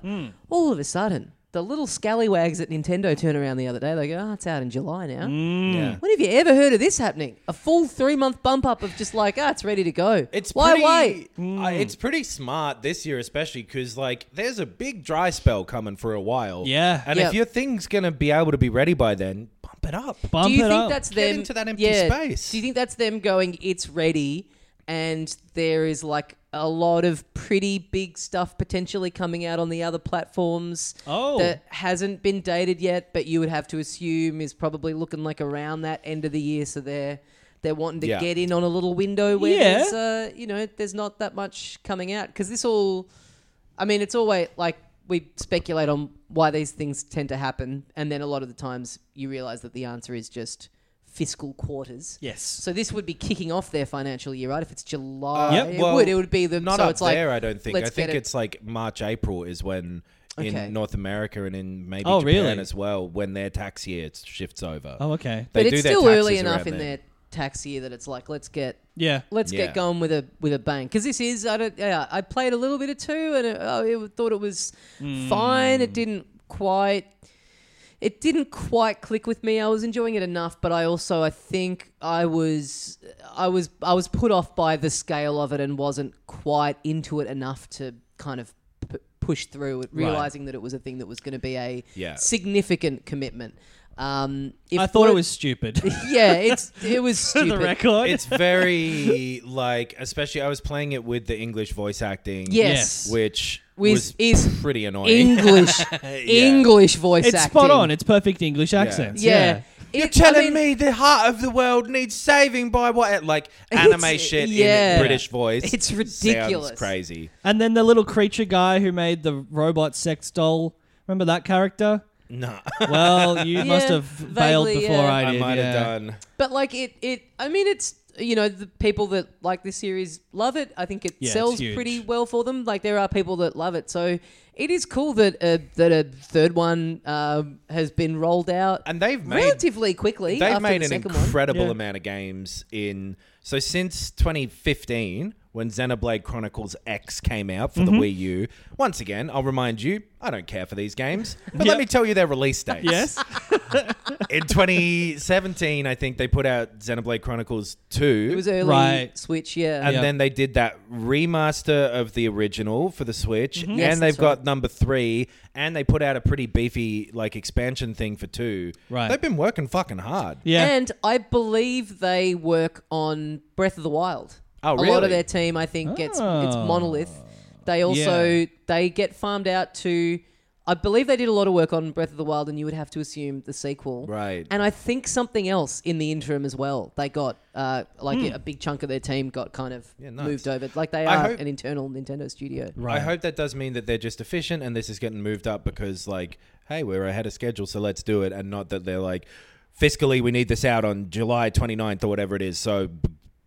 Speaker 5: all of a sudden. The little scallywags at Nintendo turn around the other day. They go, "Oh, it's out in July now."
Speaker 7: Hmm.
Speaker 5: When have you ever heard of this happening? A full three-month bump up of just like, "Ah, it's ready to go."
Speaker 7: It's
Speaker 5: why
Speaker 7: pretty,
Speaker 5: wait?
Speaker 7: uh,
Speaker 6: Hmm.
Speaker 7: it's pretty smart this year, especially because like there's a big dry spell coming for a while.
Speaker 6: Yeah.
Speaker 7: and
Speaker 5: Yep.
Speaker 7: if your thing's gonna be able to be ready by then, bump it up.
Speaker 6: Bump
Speaker 5: do you
Speaker 6: it
Speaker 5: think
Speaker 6: up.
Speaker 5: that's
Speaker 7: Get
Speaker 5: them
Speaker 7: into that empty space.
Speaker 5: Do you think that's them going? It's ready, and there is like a lot of pretty big stuff potentially coming out on the other platforms
Speaker 6: Oh.
Speaker 5: that hasn't been dated yet, but you would have to assume is probably looking like around that end of the year. So they're they're wanting to
Speaker 7: Yeah.
Speaker 5: get in on a little window where
Speaker 6: Yeah.
Speaker 5: there's uh, you know there's not that much coming out because this all I mean, it's always like we speculate on why these things tend to happen, and then a lot of the times you realize that the answer is just fiscal quarters.
Speaker 6: Yes.
Speaker 5: So this would be kicking off their financial year, right? If it's July,
Speaker 6: Yep,
Speaker 5: it
Speaker 7: Uh, well,
Speaker 5: would. It would be the
Speaker 7: Not
Speaker 5: so
Speaker 7: up
Speaker 5: it's like,
Speaker 7: there, I don't think. I
Speaker 5: let's get
Speaker 7: think
Speaker 5: it-
Speaker 7: it's like March, April is when
Speaker 5: Okay.
Speaker 7: in North America and in maybe
Speaker 6: Oh,
Speaker 7: Japan
Speaker 6: really?
Speaker 7: as well when their tax year shifts over.
Speaker 6: oh, okay.
Speaker 5: but
Speaker 7: They
Speaker 5: it's
Speaker 7: do their
Speaker 5: still early
Speaker 7: taxes
Speaker 5: enough
Speaker 7: around
Speaker 5: in
Speaker 7: then.
Speaker 5: their tax year that it's like let's get
Speaker 6: Yeah.
Speaker 5: let's
Speaker 7: Yeah.
Speaker 5: get going with a with a bang because this is I don't yeah I played a little bit of two and it, oh, it thought it was fine.
Speaker 6: Mm.
Speaker 5: It didn't quite it didn't quite click with me. I was enjoying it enough, but I also I think I was I was I was put off by the scale of it and wasn't quite into it enough to kind of p- push through it, realizing that it was a thing that was going to be a
Speaker 7: Yeah.
Speaker 5: significant commitment. Um, if
Speaker 6: I thought it
Speaker 5: what-
Speaker 6: was stupid.
Speaker 5: yeah. It's it was
Speaker 6: For
Speaker 5: stupid.
Speaker 6: the record.
Speaker 7: It's very like, especially I was playing it with the English voice acting,
Speaker 5: Yes.
Speaker 7: which
Speaker 5: Whiz-
Speaker 7: was
Speaker 5: is
Speaker 7: pretty annoying.
Speaker 5: English, English voice
Speaker 6: It's
Speaker 5: acting.
Speaker 6: spot on. It's perfect English accents.
Speaker 5: yeah.
Speaker 6: Yeah.
Speaker 7: You're
Speaker 5: It- I mean,
Speaker 7: telling me the heart of the world needs saving by what? eh, Like
Speaker 5: It's-
Speaker 7: anime shit
Speaker 5: yeah.
Speaker 7: in British voice.
Speaker 5: It's
Speaker 7: Sounds
Speaker 5: ridiculous.
Speaker 7: crazy.
Speaker 6: And then the little creature guy who made the robot sex doll. Remember that character?
Speaker 7: No,
Speaker 6: Well, you must have failed
Speaker 5: vaguely,
Speaker 6: before
Speaker 5: yeah.
Speaker 6: I
Speaker 7: I
Speaker 6: did.
Speaker 7: might
Speaker 6: yeah.
Speaker 7: have done.
Speaker 5: But like it, it. I mean, it's you know the people that like this series love it. I think it
Speaker 6: Yeah, it's
Speaker 5: sells
Speaker 6: huge.
Speaker 5: pretty well for them. Like there are people that love it, so it is cool that a, that a third one um, has been rolled out
Speaker 7: And they've made
Speaker 5: relatively quickly.
Speaker 7: they've
Speaker 5: after
Speaker 7: made
Speaker 5: the
Speaker 7: an
Speaker 5: second
Speaker 7: incredible
Speaker 6: Yeah.
Speaker 7: amount of games in so since 2015 when Xenoblade Chronicles X came out for
Speaker 5: Mm-hmm.
Speaker 7: the Wii U. Once again, I'll remind you, I don't care for these games, but
Speaker 6: Yep.
Speaker 7: let me tell you their release dates.
Speaker 6: Yes.
Speaker 7: in 2017, I think they put out Xenoblade Chronicles 2.
Speaker 5: One. It was early
Speaker 6: Right.
Speaker 5: Switch, yeah.
Speaker 7: and
Speaker 6: Yep.
Speaker 7: then they did that remaster of the original for the Switch, and
Speaker 5: Yes,
Speaker 7: they've
Speaker 5: that's right.
Speaker 7: got number three, and they put out a pretty beefy like expansion thing for two.
Speaker 6: Right.
Speaker 7: they've been working fucking hard.
Speaker 6: Yeah.
Speaker 5: And I believe they work on Breath of the Wild.
Speaker 7: Oh,
Speaker 5: A lot
Speaker 7: really? Ah.
Speaker 5: of their team, I think, gets it's
Speaker 6: Oh.
Speaker 5: Monolith. They also
Speaker 6: Yeah.
Speaker 5: they get farmed out to. I believe they did a lot of work on Breath of the Wild, and you would have to assume the sequel,
Speaker 7: Right.
Speaker 5: And I think something else in the interim as well. They got uh, like a big chunk of their team got kind of
Speaker 7: Hmm. nice.
Speaker 5: moved over. Like they
Speaker 7: I
Speaker 5: are
Speaker 7: hope-
Speaker 5: an internal Nintendo studio.
Speaker 7: I hope that does mean that they're just efficient and this is getting moved up because, like, hey, we're ahead of schedule, so let's do it. And not that they're like, fiscally, we need this out on July 29th or whatever it is, so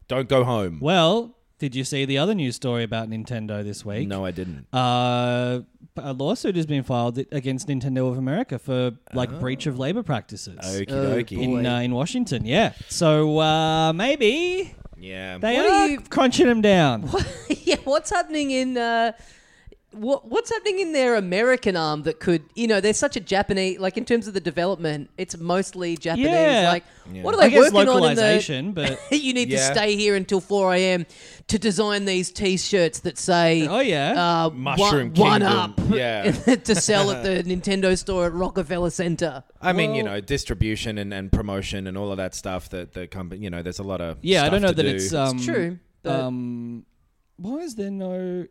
Speaker 7: Don't go home.
Speaker 6: Well, did you see the other news story about Nintendo this week?
Speaker 7: No, I didn't.
Speaker 6: Uh, a lawsuit has been filed against Nintendo of America for like
Speaker 7: Oh.
Speaker 6: breach of labor practices
Speaker 7: Okie
Speaker 5: Oh,
Speaker 7: dokie.
Speaker 5: boy.
Speaker 6: in uh, in Washington. Yeah, so uh, maybe
Speaker 7: Yeah.
Speaker 6: they
Speaker 5: What
Speaker 6: are
Speaker 5: are you-
Speaker 6: crunching them down.
Speaker 5: yeah, what's happening in uh, what what's happening in their American arm that could you know they're such a Japanese like in terms of the development it's mostly Japanese
Speaker 6: Yeah.
Speaker 5: like what are
Speaker 6: I
Speaker 5: they
Speaker 6: guess
Speaker 5: working on in the
Speaker 6: localization, but
Speaker 5: you need
Speaker 7: Yeah.
Speaker 5: to stay here until 4 a.m. to design these T-shirts that say
Speaker 6: oh yeah,
Speaker 5: uh,
Speaker 7: Mushroom
Speaker 5: one, one
Speaker 7: Kingdom.
Speaker 5: up
Speaker 7: Yeah.
Speaker 5: to sell at the Nintendo store at Rockefeller Center.
Speaker 7: I mean, you know, distribution and, and promotion and all of that stuff that the company, you know, there's a lot of
Speaker 6: yeah. I
Speaker 7: stuff
Speaker 6: don't know
Speaker 7: to
Speaker 6: that
Speaker 7: do.
Speaker 6: it's um,
Speaker 5: True. but-
Speaker 6: Um, why is there no?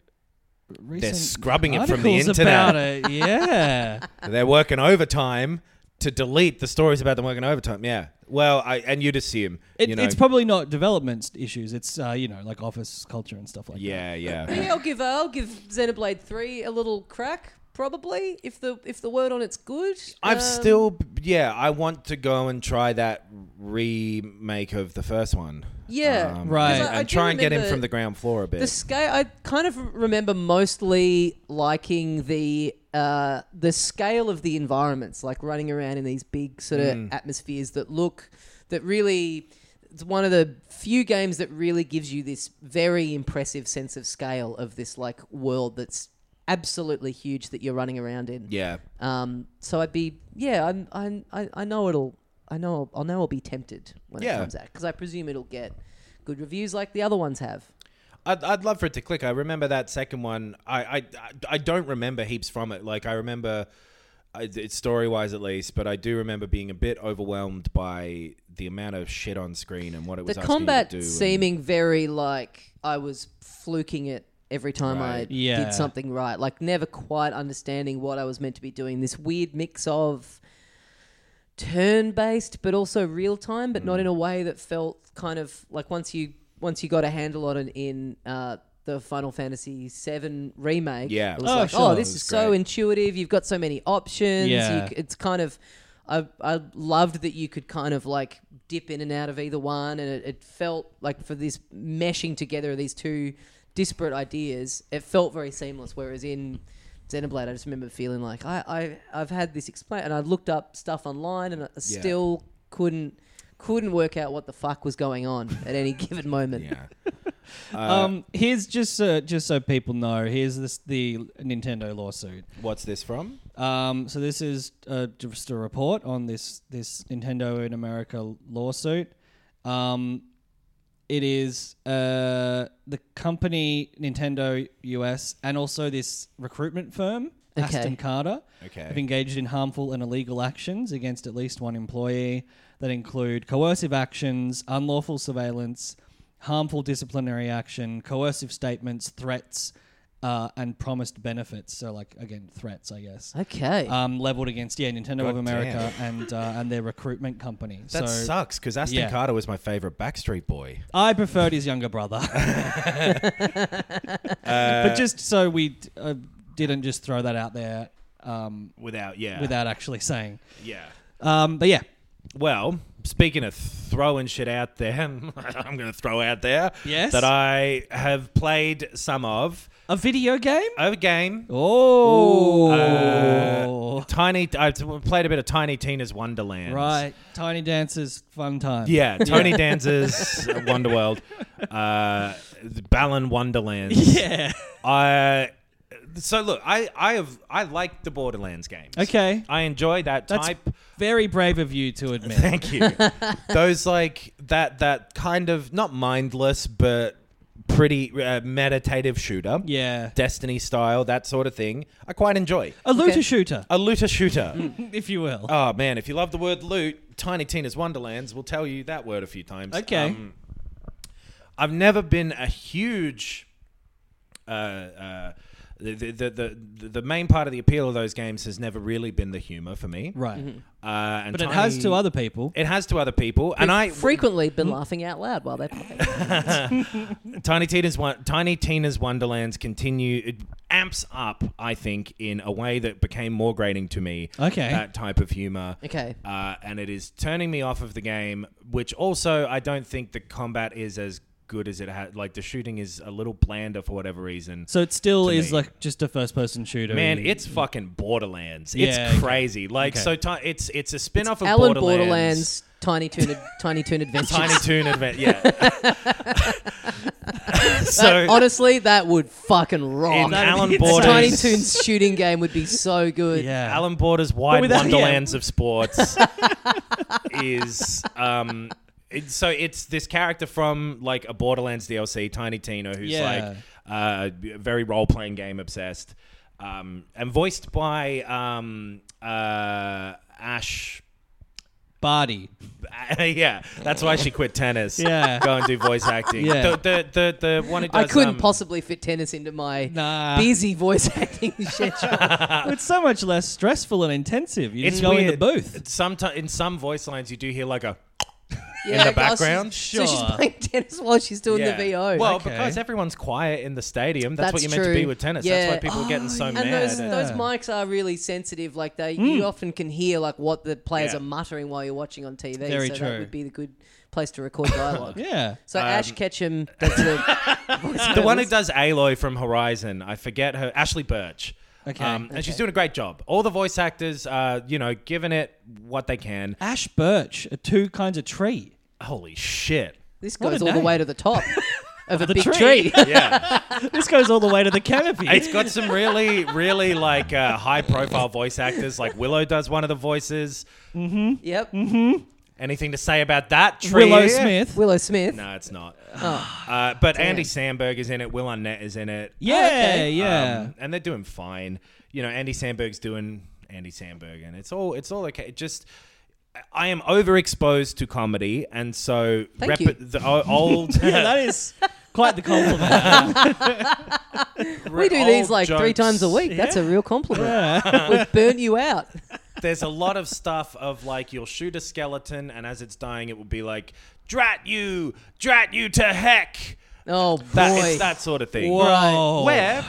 Speaker 7: They're
Speaker 6: Recent
Speaker 7: scrubbing it from the
Speaker 6: articles
Speaker 7: internet.
Speaker 6: About it. Yeah,
Speaker 7: They're working overtime to delete the stories about them working overtime. Yeah. Well, I and you'd assume,
Speaker 6: it,
Speaker 7: you know,
Speaker 6: it's probably not development issues. It's uh, you know like office culture and stuff like that.
Speaker 7: yeah, yeah.
Speaker 5: Yeah, I'll give I'll give Xenoblade Three a little crack, probably if the if the word on it's good.
Speaker 7: I've
Speaker 5: Um,
Speaker 7: still, yeah, I want to go and try that remake of the first one.
Speaker 5: Yeah.
Speaker 6: Right. Because
Speaker 7: And,
Speaker 5: I- I
Speaker 7: and
Speaker 5: do
Speaker 7: try and get him
Speaker 5: remember
Speaker 7: from the ground floor a bit.
Speaker 5: the scale. I kind of remember mostly liking the uh, the scale of the environments, like running around in these big sort of
Speaker 7: Mm.
Speaker 5: atmospheres that look that really. It's one of the few games that really gives you this very impressive sense of scale of this like world that's absolutely huge that you're running around in.
Speaker 7: yeah.
Speaker 5: Um, so I'd be yeah, I'm, I'm I I know it'll I know I'll know I'll be tempted when
Speaker 7: Yeah.
Speaker 5: it comes out because I presume it'll get good reviews like the other ones have.
Speaker 7: I'd, I'd love for it to click. I remember that second one. I, I, I- I don't remember heaps from it. Like, I remember, I- it's story wise at least, but I do remember being a bit overwhelmed by the amount of shit on screen and what it
Speaker 5: The
Speaker 7: was asking you to
Speaker 5: combat
Speaker 7: do and-
Speaker 5: seeming very like I was fluking it every time I
Speaker 7: Right.
Speaker 6: Yeah.
Speaker 5: did something right, like never quite understanding what I was meant to be doing. This weird mix of turn based but also real time, but not in a way that felt kind of like once you once you got a handle on it in uh, the Final Fantasy VII remake.
Speaker 7: Yeah.
Speaker 5: it was
Speaker 6: Oh,
Speaker 5: like,
Speaker 6: sure.
Speaker 5: oh,
Speaker 6: It
Speaker 5: this
Speaker 7: was
Speaker 5: is so
Speaker 7: great.
Speaker 5: intuitive. You've got so many options. You
Speaker 6: Yeah.
Speaker 5: c- it's kind of. I, I loved that you could kind of like dip in and out of either one, and it, it felt like for this meshing together of these two disparate ideas, it felt very seamless. Whereas in Xenoblade, I just remember feeling like I, I I've had this explained, and I looked up stuff online, and I still couldn't couldn't work out what the fuck was going on at any given moment.
Speaker 7: Yeah.
Speaker 6: Um, here's just uh, just so people know. Here's this the Nintendo lawsuit.
Speaker 7: What's this from?
Speaker 6: Um, so this is uh, just a report on this this Nintendo in America lawsuit. Um, it is uh, the company Nintendo US and also this recruitment firm
Speaker 5: Okay.
Speaker 6: Aston Carter
Speaker 7: Okay.
Speaker 6: have engaged in harmful and illegal actions against at least one employee that include coercive actions, unlawful surveillance, harmful disciplinary action, coercive statements, threats. Uh, and promised benefits, so like again threats, I guess
Speaker 5: Okay.
Speaker 7: Uh,
Speaker 6: um, leveled against yeah Nintendo of
Speaker 7: God
Speaker 6: America and uh, and their recruitment company.
Speaker 7: That
Speaker 6: so
Speaker 7: sucks because Aston
Speaker 6: yeah.
Speaker 7: Carter was my favorite Backstreet Boy.
Speaker 6: I preferred his younger brother.
Speaker 7: Uh,
Speaker 6: but just so we uh, didn't just throw that out there um,
Speaker 7: Without, yeah.
Speaker 6: without actually saying.
Speaker 7: yeah.
Speaker 6: Um, but yeah,
Speaker 7: Well, speaking of throwing shit out there, I'm going to throw out there
Speaker 6: Yes?
Speaker 7: that I have played some of
Speaker 6: a video game.
Speaker 7: a game.
Speaker 6: Oh,
Speaker 7: Uh, Tiny, I've played a bit of Tiny Tina's Wonderland.
Speaker 6: right. Tiny Dancer's fun time.
Speaker 7: Yeah, Tony Danza's Wonderworld, uh, Balan Wonderland.
Speaker 6: Yeah.
Speaker 7: I so look, I I have I like the Borderlands games.
Speaker 6: Okay.
Speaker 7: I enjoy that
Speaker 6: That's
Speaker 7: type.
Speaker 6: very brave of you to admit.
Speaker 7: Thank you. Those like that that kind of not mindless but pretty uh, meditative shooter.
Speaker 6: yeah.
Speaker 7: Destiny style, that sort of thing. I quite enjoy.
Speaker 6: A looter
Speaker 5: Okay.
Speaker 6: shooter,
Speaker 7: A looter shooter.
Speaker 6: if you will.
Speaker 7: oh man, if you love the word loot, Tiny Tina's Wonderlands will tell you that word a few times.
Speaker 6: Okay.
Speaker 7: Um, I've never been a huge. Uh, uh, the, the, the, the the main part of the appeal of those games has never really been the humor for me.
Speaker 6: right.
Speaker 7: Uh, and
Speaker 6: But it has
Speaker 7: Tiny-
Speaker 6: to other people.
Speaker 7: It has to other people, and I
Speaker 5: frequently been laughing out loud while they play.
Speaker 7: Tiny Tina's Won- Tiny Tina's Wonderlands continue it amps up. I think in a way that became more grating to me.
Speaker 6: Okay.
Speaker 7: that type of humor.
Speaker 5: Okay.
Speaker 7: uh, and it is turning me off of the game. Which also, I don't think the combat is as good as it had. Like the shooting is a little blander for whatever reason.
Speaker 6: So it still
Speaker 7: To
Speaker 6: is
Speaker 7: me.
Speaker 6: like just a first-person shooter.
Speaker 7: Man, it's fucking Borderlands.
Speaker 6: Yeah, okay.
Speaker 7: it's crazy. Like
Speaker 6: Okay.
Speaker 7: so, ti it's it's a spin off of
Speaker 5: Alan
Speaker 7: Borderlands.
Speaker 5: Borderlands, Tiny Toon, Tiny Toon Adventures.
Speaker 7: Tiny Toon Advent. Yeah. so
Speaker 5: Honestly, that would fucking rock.
Speaker 7: in Alan Borders,
Speaker 5: Tiny Toon's shooting game would be so good.
Speaker 6: yeah.
Speaker 7: Uh, Alan Borders Wide
Speaker 6: without- yeah.
Speaker 7: Wonderlands of Sports is um it, so it's this character from like a Borderlands DLC, Tiny Tina, who's
Speaker 6: Yeah.
Speaker 7: like uh very role playing game obsessed. Um and voiced by um uh Ash
Speaker 6: Barty.
Speaker 7: yeah, that's why she quit tennis.
Speaker 6: Yeah.
Speaker 7: go and do voice acting.
Speaker 6: Yeah.
Speaker 7: the the the, the one who
Speaker 5: I
Speaker 7: does,
Speaker 5: couldn't
Speaker 7: um,
Speaker 5: possibly fit tennis into my
Speaker 6: Nah.
Speaker 5: busy voice acting schedule.
Speaker 6: it's so much less stressful and intensive. You just go in the booth.
Speaker 7: Sometimes in some voice lines, you do hear like a
Speaker 5: Yeah,
Speaker 7: the
Speaker 5: gosh,
Speaker 7: background?
Speaker 5: So she's
Speaker 6: Sure.
Speaker 5: playing tennis while she's doing
Speaker 7: Yeah.
Speaker 5: the VO.
Speaker 7: Well,
Speaker 6: Okay.
Speaker 7: because everyone's quiet in the stadium, that's, what
Speaker 5: That's
Speaker 7: you're meant to be
Speaker 5: true.
Speaker 7: with tennis.
Speaker 5: Yeah. Oh,
Speaker 7: That's why people are getting so mad.
Speaker 5: and those,
Speaker 7: at-
Speaker 5: those mics are really sensitive. Like they, you often can hear like what the players
Speaker 7: Hmm. Yeah.
Speaker 5: are muttering while you're watching on TV.
Speaker 6: Very
Speaker 5: so
Speaker 6: true.
Speaker 5: that would be the good place to record dialogue.
Speaker 6: Yeah.
Speaker 5: So Ash Ketchum, that's the,
Speaker 7: Um, the one who does Aloy from Horizon, I forget her, Ashley Birch. Um,
Speaker 6: Okay.
Speaker 7: And she's doing a great job. All the voice actors are, you know, giving it what they can.
Speaker 6: Ash birch are two kinds of tree.
Speaker 7: Holy shit.
Speaker 5: this
Speaker 6: What
Speaker 5: goes
Speaker 6: a
Speaker 5: all the
Speaker 6: name.
Speaker 5: way to the top of a
Speaker 6: the
Speaker 5: big
Speaker 6: tree.
Speaker 5: tree.
Speaker 7: Yeah.
Speaker 6: This goes all the way to the canopy.
Speaker 7: it's got some really, really like uh, high profile voice actors. Like Willow does one of the voices. Hmm.
Speaker 5: yep,
Speaker 7: Anything to say about that? Tree?
Speaker 6: Willow
Speaker 7: Oh,
Speaker 6: Smith.
Speaker 5: Willow Smith.
Speaker 7: No, it's not.
Speaker 5: Oh,
Speaker 7: Uh, but Andy Sandberg is in it. Will Arnett is in it.
Speaker 6: Yeah,
Speaker 5: okay.
Speaker 6: yeah.
Speaker 7: Um, and they're doing fine. You know, Andy Sandberg's doing Andy Sandberg, and it's all it's all okay. It Just I am overexposed to comedy, and so
Speaker 5: Thank you.
Speaker 7: the o- old
Speaker 6: yeah, that is quite the compliment.
Speaker 5: we do these like three times a week. That's a real compliment. We've burned you out.
Speaker 7: There's a lot of stuff of like you'll shoot a skeleton, and as it's dying, it will be like drat you, drat you to heck.
Speaker 5: Oh boy.
Speaker 7: That, it's that sort of thing.
Speaker 6: Whoa.
Speaker 7: Where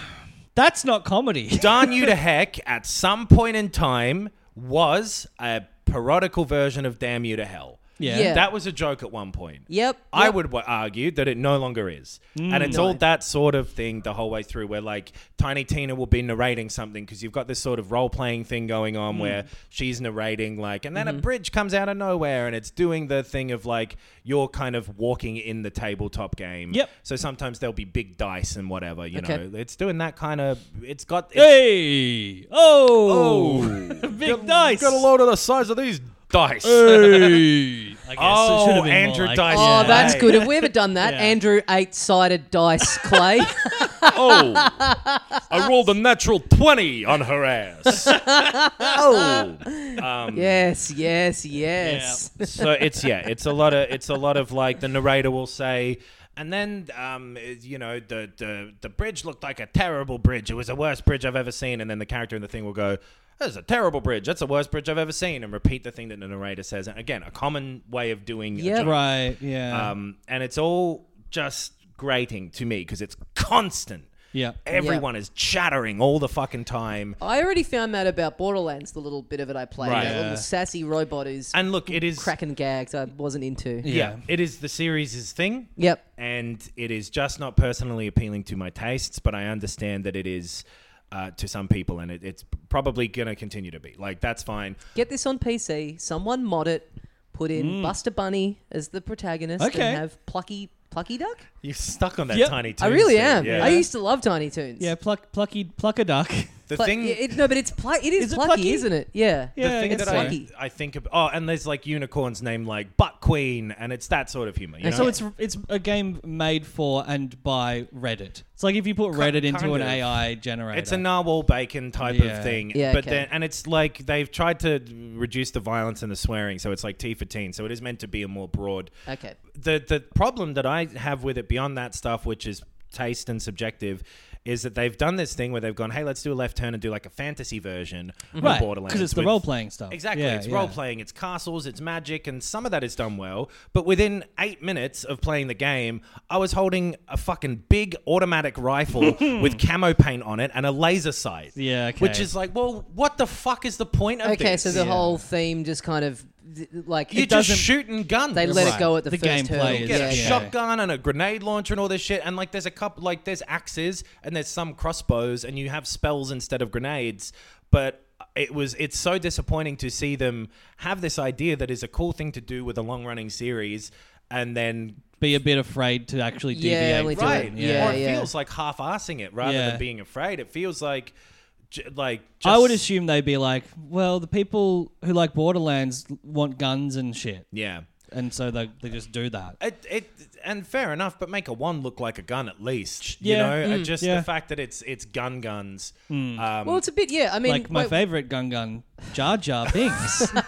Speaker 6: That's not comedy.
Speaker 7: Darn You to Heck at some point in time was a parodical version of Damn You to Hell.
Speaker 6: Yeah.
Speaker 5: Yeah.
Speaker 7: That was a joke at one point.
Speaker 5: Yep.
Speaker 7: I
Speaker 5: yep.
Speaker 7: would w- argue that it no longer is.
Speaker 6: Mm.
Speaker 7: and it's all that sort of thing the whole way through where like Tiny Tina will be narrating something because you've got this sort of role playing thing going
Speaker 5: Mm.
Speaker 7: on where she's narrating like and then
Speaker 5: Mm-hmm.
Speaker 7: a bridge comes out of nowhere and it's doing the thing of like you're kind of walking in the tabletop game.
Speaker 6: Yep.
Speaker 7: So sometimes there'll be big dice and whatever, you
Speaker 5: Okay.
Speaker 7: know. It's doing that kind of it's got it's
Speaker 6: Hey! Oh! Big dice!
Speaker 7: Got a load of the size of these dice.
Speaker 6: Hey! I guess
Speaker 7: Oh,
Speaker 6: it should have been
Speaker 7: Andrew
Speaker 6: more like,
Speaker 7: Dice.
Speaker 5: Oh,
Speaker 7: Yeah.
Speaker 5: that's
Speaker 7: Hey.
Speaker 5: good. Have we ever done that?
Speaker 6: Yeah.
Speaker 5: Andrew eight sided dice clay.
Speaker 7: oh, I rolled a natural twenty on her ass. oh,
Speaker 5: yes, yes, yes.
Speaker 7: so it's yeah, it's a lot of it's a lot of like the narrator will say. And then, um, is- you know, the, the the bridge looked like a terrible bridge. It was the worst bridge I've ever seen. And then the character in the thing will go, "That's a terrible bridge. That's the worst bridge I've ever seen," and repeat the thing that the narrator says. And again, a common way of doing a
Speaker 5: Yep.
Speaker 7: joke.
Speaker 6: Right, yeah.
Speaker 7: um, and it's all just grating to me because it's constant.
Speaker 6: yeah.
Speaker 7: Everyone is chattering all the fucking time.
Speaker 5: I already found that about Borderlands, the little bit of it I played.
Speaker 7: Right.
Speaker 5: That
Speaker 6: Yeah.
Speaker 5: little sassy robot who's
Speaker 7: And look, it is
Speaker 5: cracking gags I wasn't into.
Speaker 7: Yeah,
Speaker 6: Yeah.
Speaker 7: it is the series' thing.
Speaker 5: Yep.
Speaker 7: and it is just not personally appealing to my tastes, but I understand that it is uh, to some people, and it, it's probably gonna continue to be. Like that's fine.
Speaker 5: Get this on PC. Someone mod it. Put in
Speaker 7: Mm.
Speaker 5: Buster Bunny as the protagonist
Speaker 6: Okay.
Speaker 5: and have Plucky Plucky Duck.
Speaker 7: You're stuck on that
Speaker 6: Yep.
Speaker 7: tiny.
Speaker 5: I
Speaker 7: Toon
Speaker 5: really
Speaker 7: thing.
Speaker 5: am.
Speaker 7: Yeah.
Speaker 5: I used to love Tiny Toons.
Speaker 6: Yeah, pluck, plucky, pluck a duck.
Speaker 7: the
Speaker 5: But
Speaker 7: thing.
Speaker 5: it, no, but it's pl- it is
Speaker 6: Is it
Speaker 5: plucky,
Speaker 6: Plucky?
Speaker 5: isn't it? Yeah.
Speaker 6: Yeah,
Speaker 7: the thing
Speaker 6: it's
Speaker 7: that
Speaker 6: like-
Speaker 7: I, I think about, oh, and there's like unicorns named like Butt Queen, and it's that sort of humor. You know?
Speaker 6: So it's it's a game made for and by Reddit. It's like if you put Reddit into
Speaker 7: kind
Speaker 6: an
Speaker 7: of.
Speaker 6: AI generator.
Speaker 7: It's a narwhal bacon type
Speaker 6: Yeah.
Speaker 7: of thing.
Speaker 5: Yeah,
Speaker 7: but
Speaker 5: okay.
Speaker 7: then and it's like they've tried to reduce the violence and the swearing, so it's like T for teen. So it is meant to be a more broad.
Speaker 5: Okay.
Speaker 7: The the problem that I have with it beyond that stuff, which is taste and subjective, is that they've done this thing where they've gone, hey, let's do a left turn and do like a fantasy version
Speaker 6: right
Speaker 7: of Borderlands
Speaker 6: because it's the
Speaker 7: with-
Speaker 6: role playing stuff.
Speaker 7: Exactly.
Speaker 6: Yeah,
Speaker 7: it's
Speaker 6: yeah.
Speaker 7: role playing, it's castles, it's magic, and some of that is done well. But within eight minutes of playing the game, I was holding a fucking big automatic rifle with camo paint on it and a laser sight.
Speaker 6: Yeah, okay.
Speaker 7: Which is like, well, what the fuck is the point of
Speaker 5: Okay,
Speaker 7: this?
Speaker 5: so the whole theme just kind of th- like
Speaker 7: You're
Speaker 5: it
Speaker 7: just
Speaker 5: doesn't.
Speaker 7: shooting guns.
Speaker 5: they let
Speaker 7: Right.
Speaker 5: it go at the,
Speaker 6: The
Speaker 5: first
Speaker 6: gameplay
Speaker 5: hurdle.
Speaker 6: is-
Speaker 7: get
Speaker 5: yeah,
Speaker 7: a
Speaker 5: yeah.
Speaker 7: shotgun and a grenade launcher and all this shit. And like, there's a couple, like, there's axes and there's some crossbows, and you have spells instead of grenades. But it was, it's so disappointing to see them have this idea that is a cool thing to do with a long running series, and then
Speaker 6: Be a bit afraid to actually
Speaker 5: Yeah,
Speaker 6: deviate.
Speaker 5: we
Speaker 6: from
Speaker 5: do it.
Speaker 6: it,
Speaker 5: Yeah,
Speaker 7: or it
Speaker 5: yeah.
Speaker 7: feels like half assing it rather
Speaker 6: Yeah.
Speaker 7: than being afraid. It feels like, j- like,
Speaker 6: I would
Speaker 7: just-
Speaker 6: assume they'd be like, well, the people who like Borderlands want guns and shit,
Speaker 7: yeah.
Speaker 6: and so they they just do that.
Speaker 7: It, it and fair enough, but make a wand look like a gun at least.
Speaker 6: Yeah.
Speaker 7: You
Speaker 5: mm,
Speaker 7: know, Uh, just
Speaker 6: yeah.
Speaker 7: the fact that it's it's gun guns.
Speaker 5: Hmm.
Speaker 7: Um,
Speaker 5: Well, it's a bit. Yeah, I mean,
Speaker 6: like my
Speaker 5: wait,
Speaker 6: favorite gun gun, Jar Jar Binks.
Speaker 7: Uh,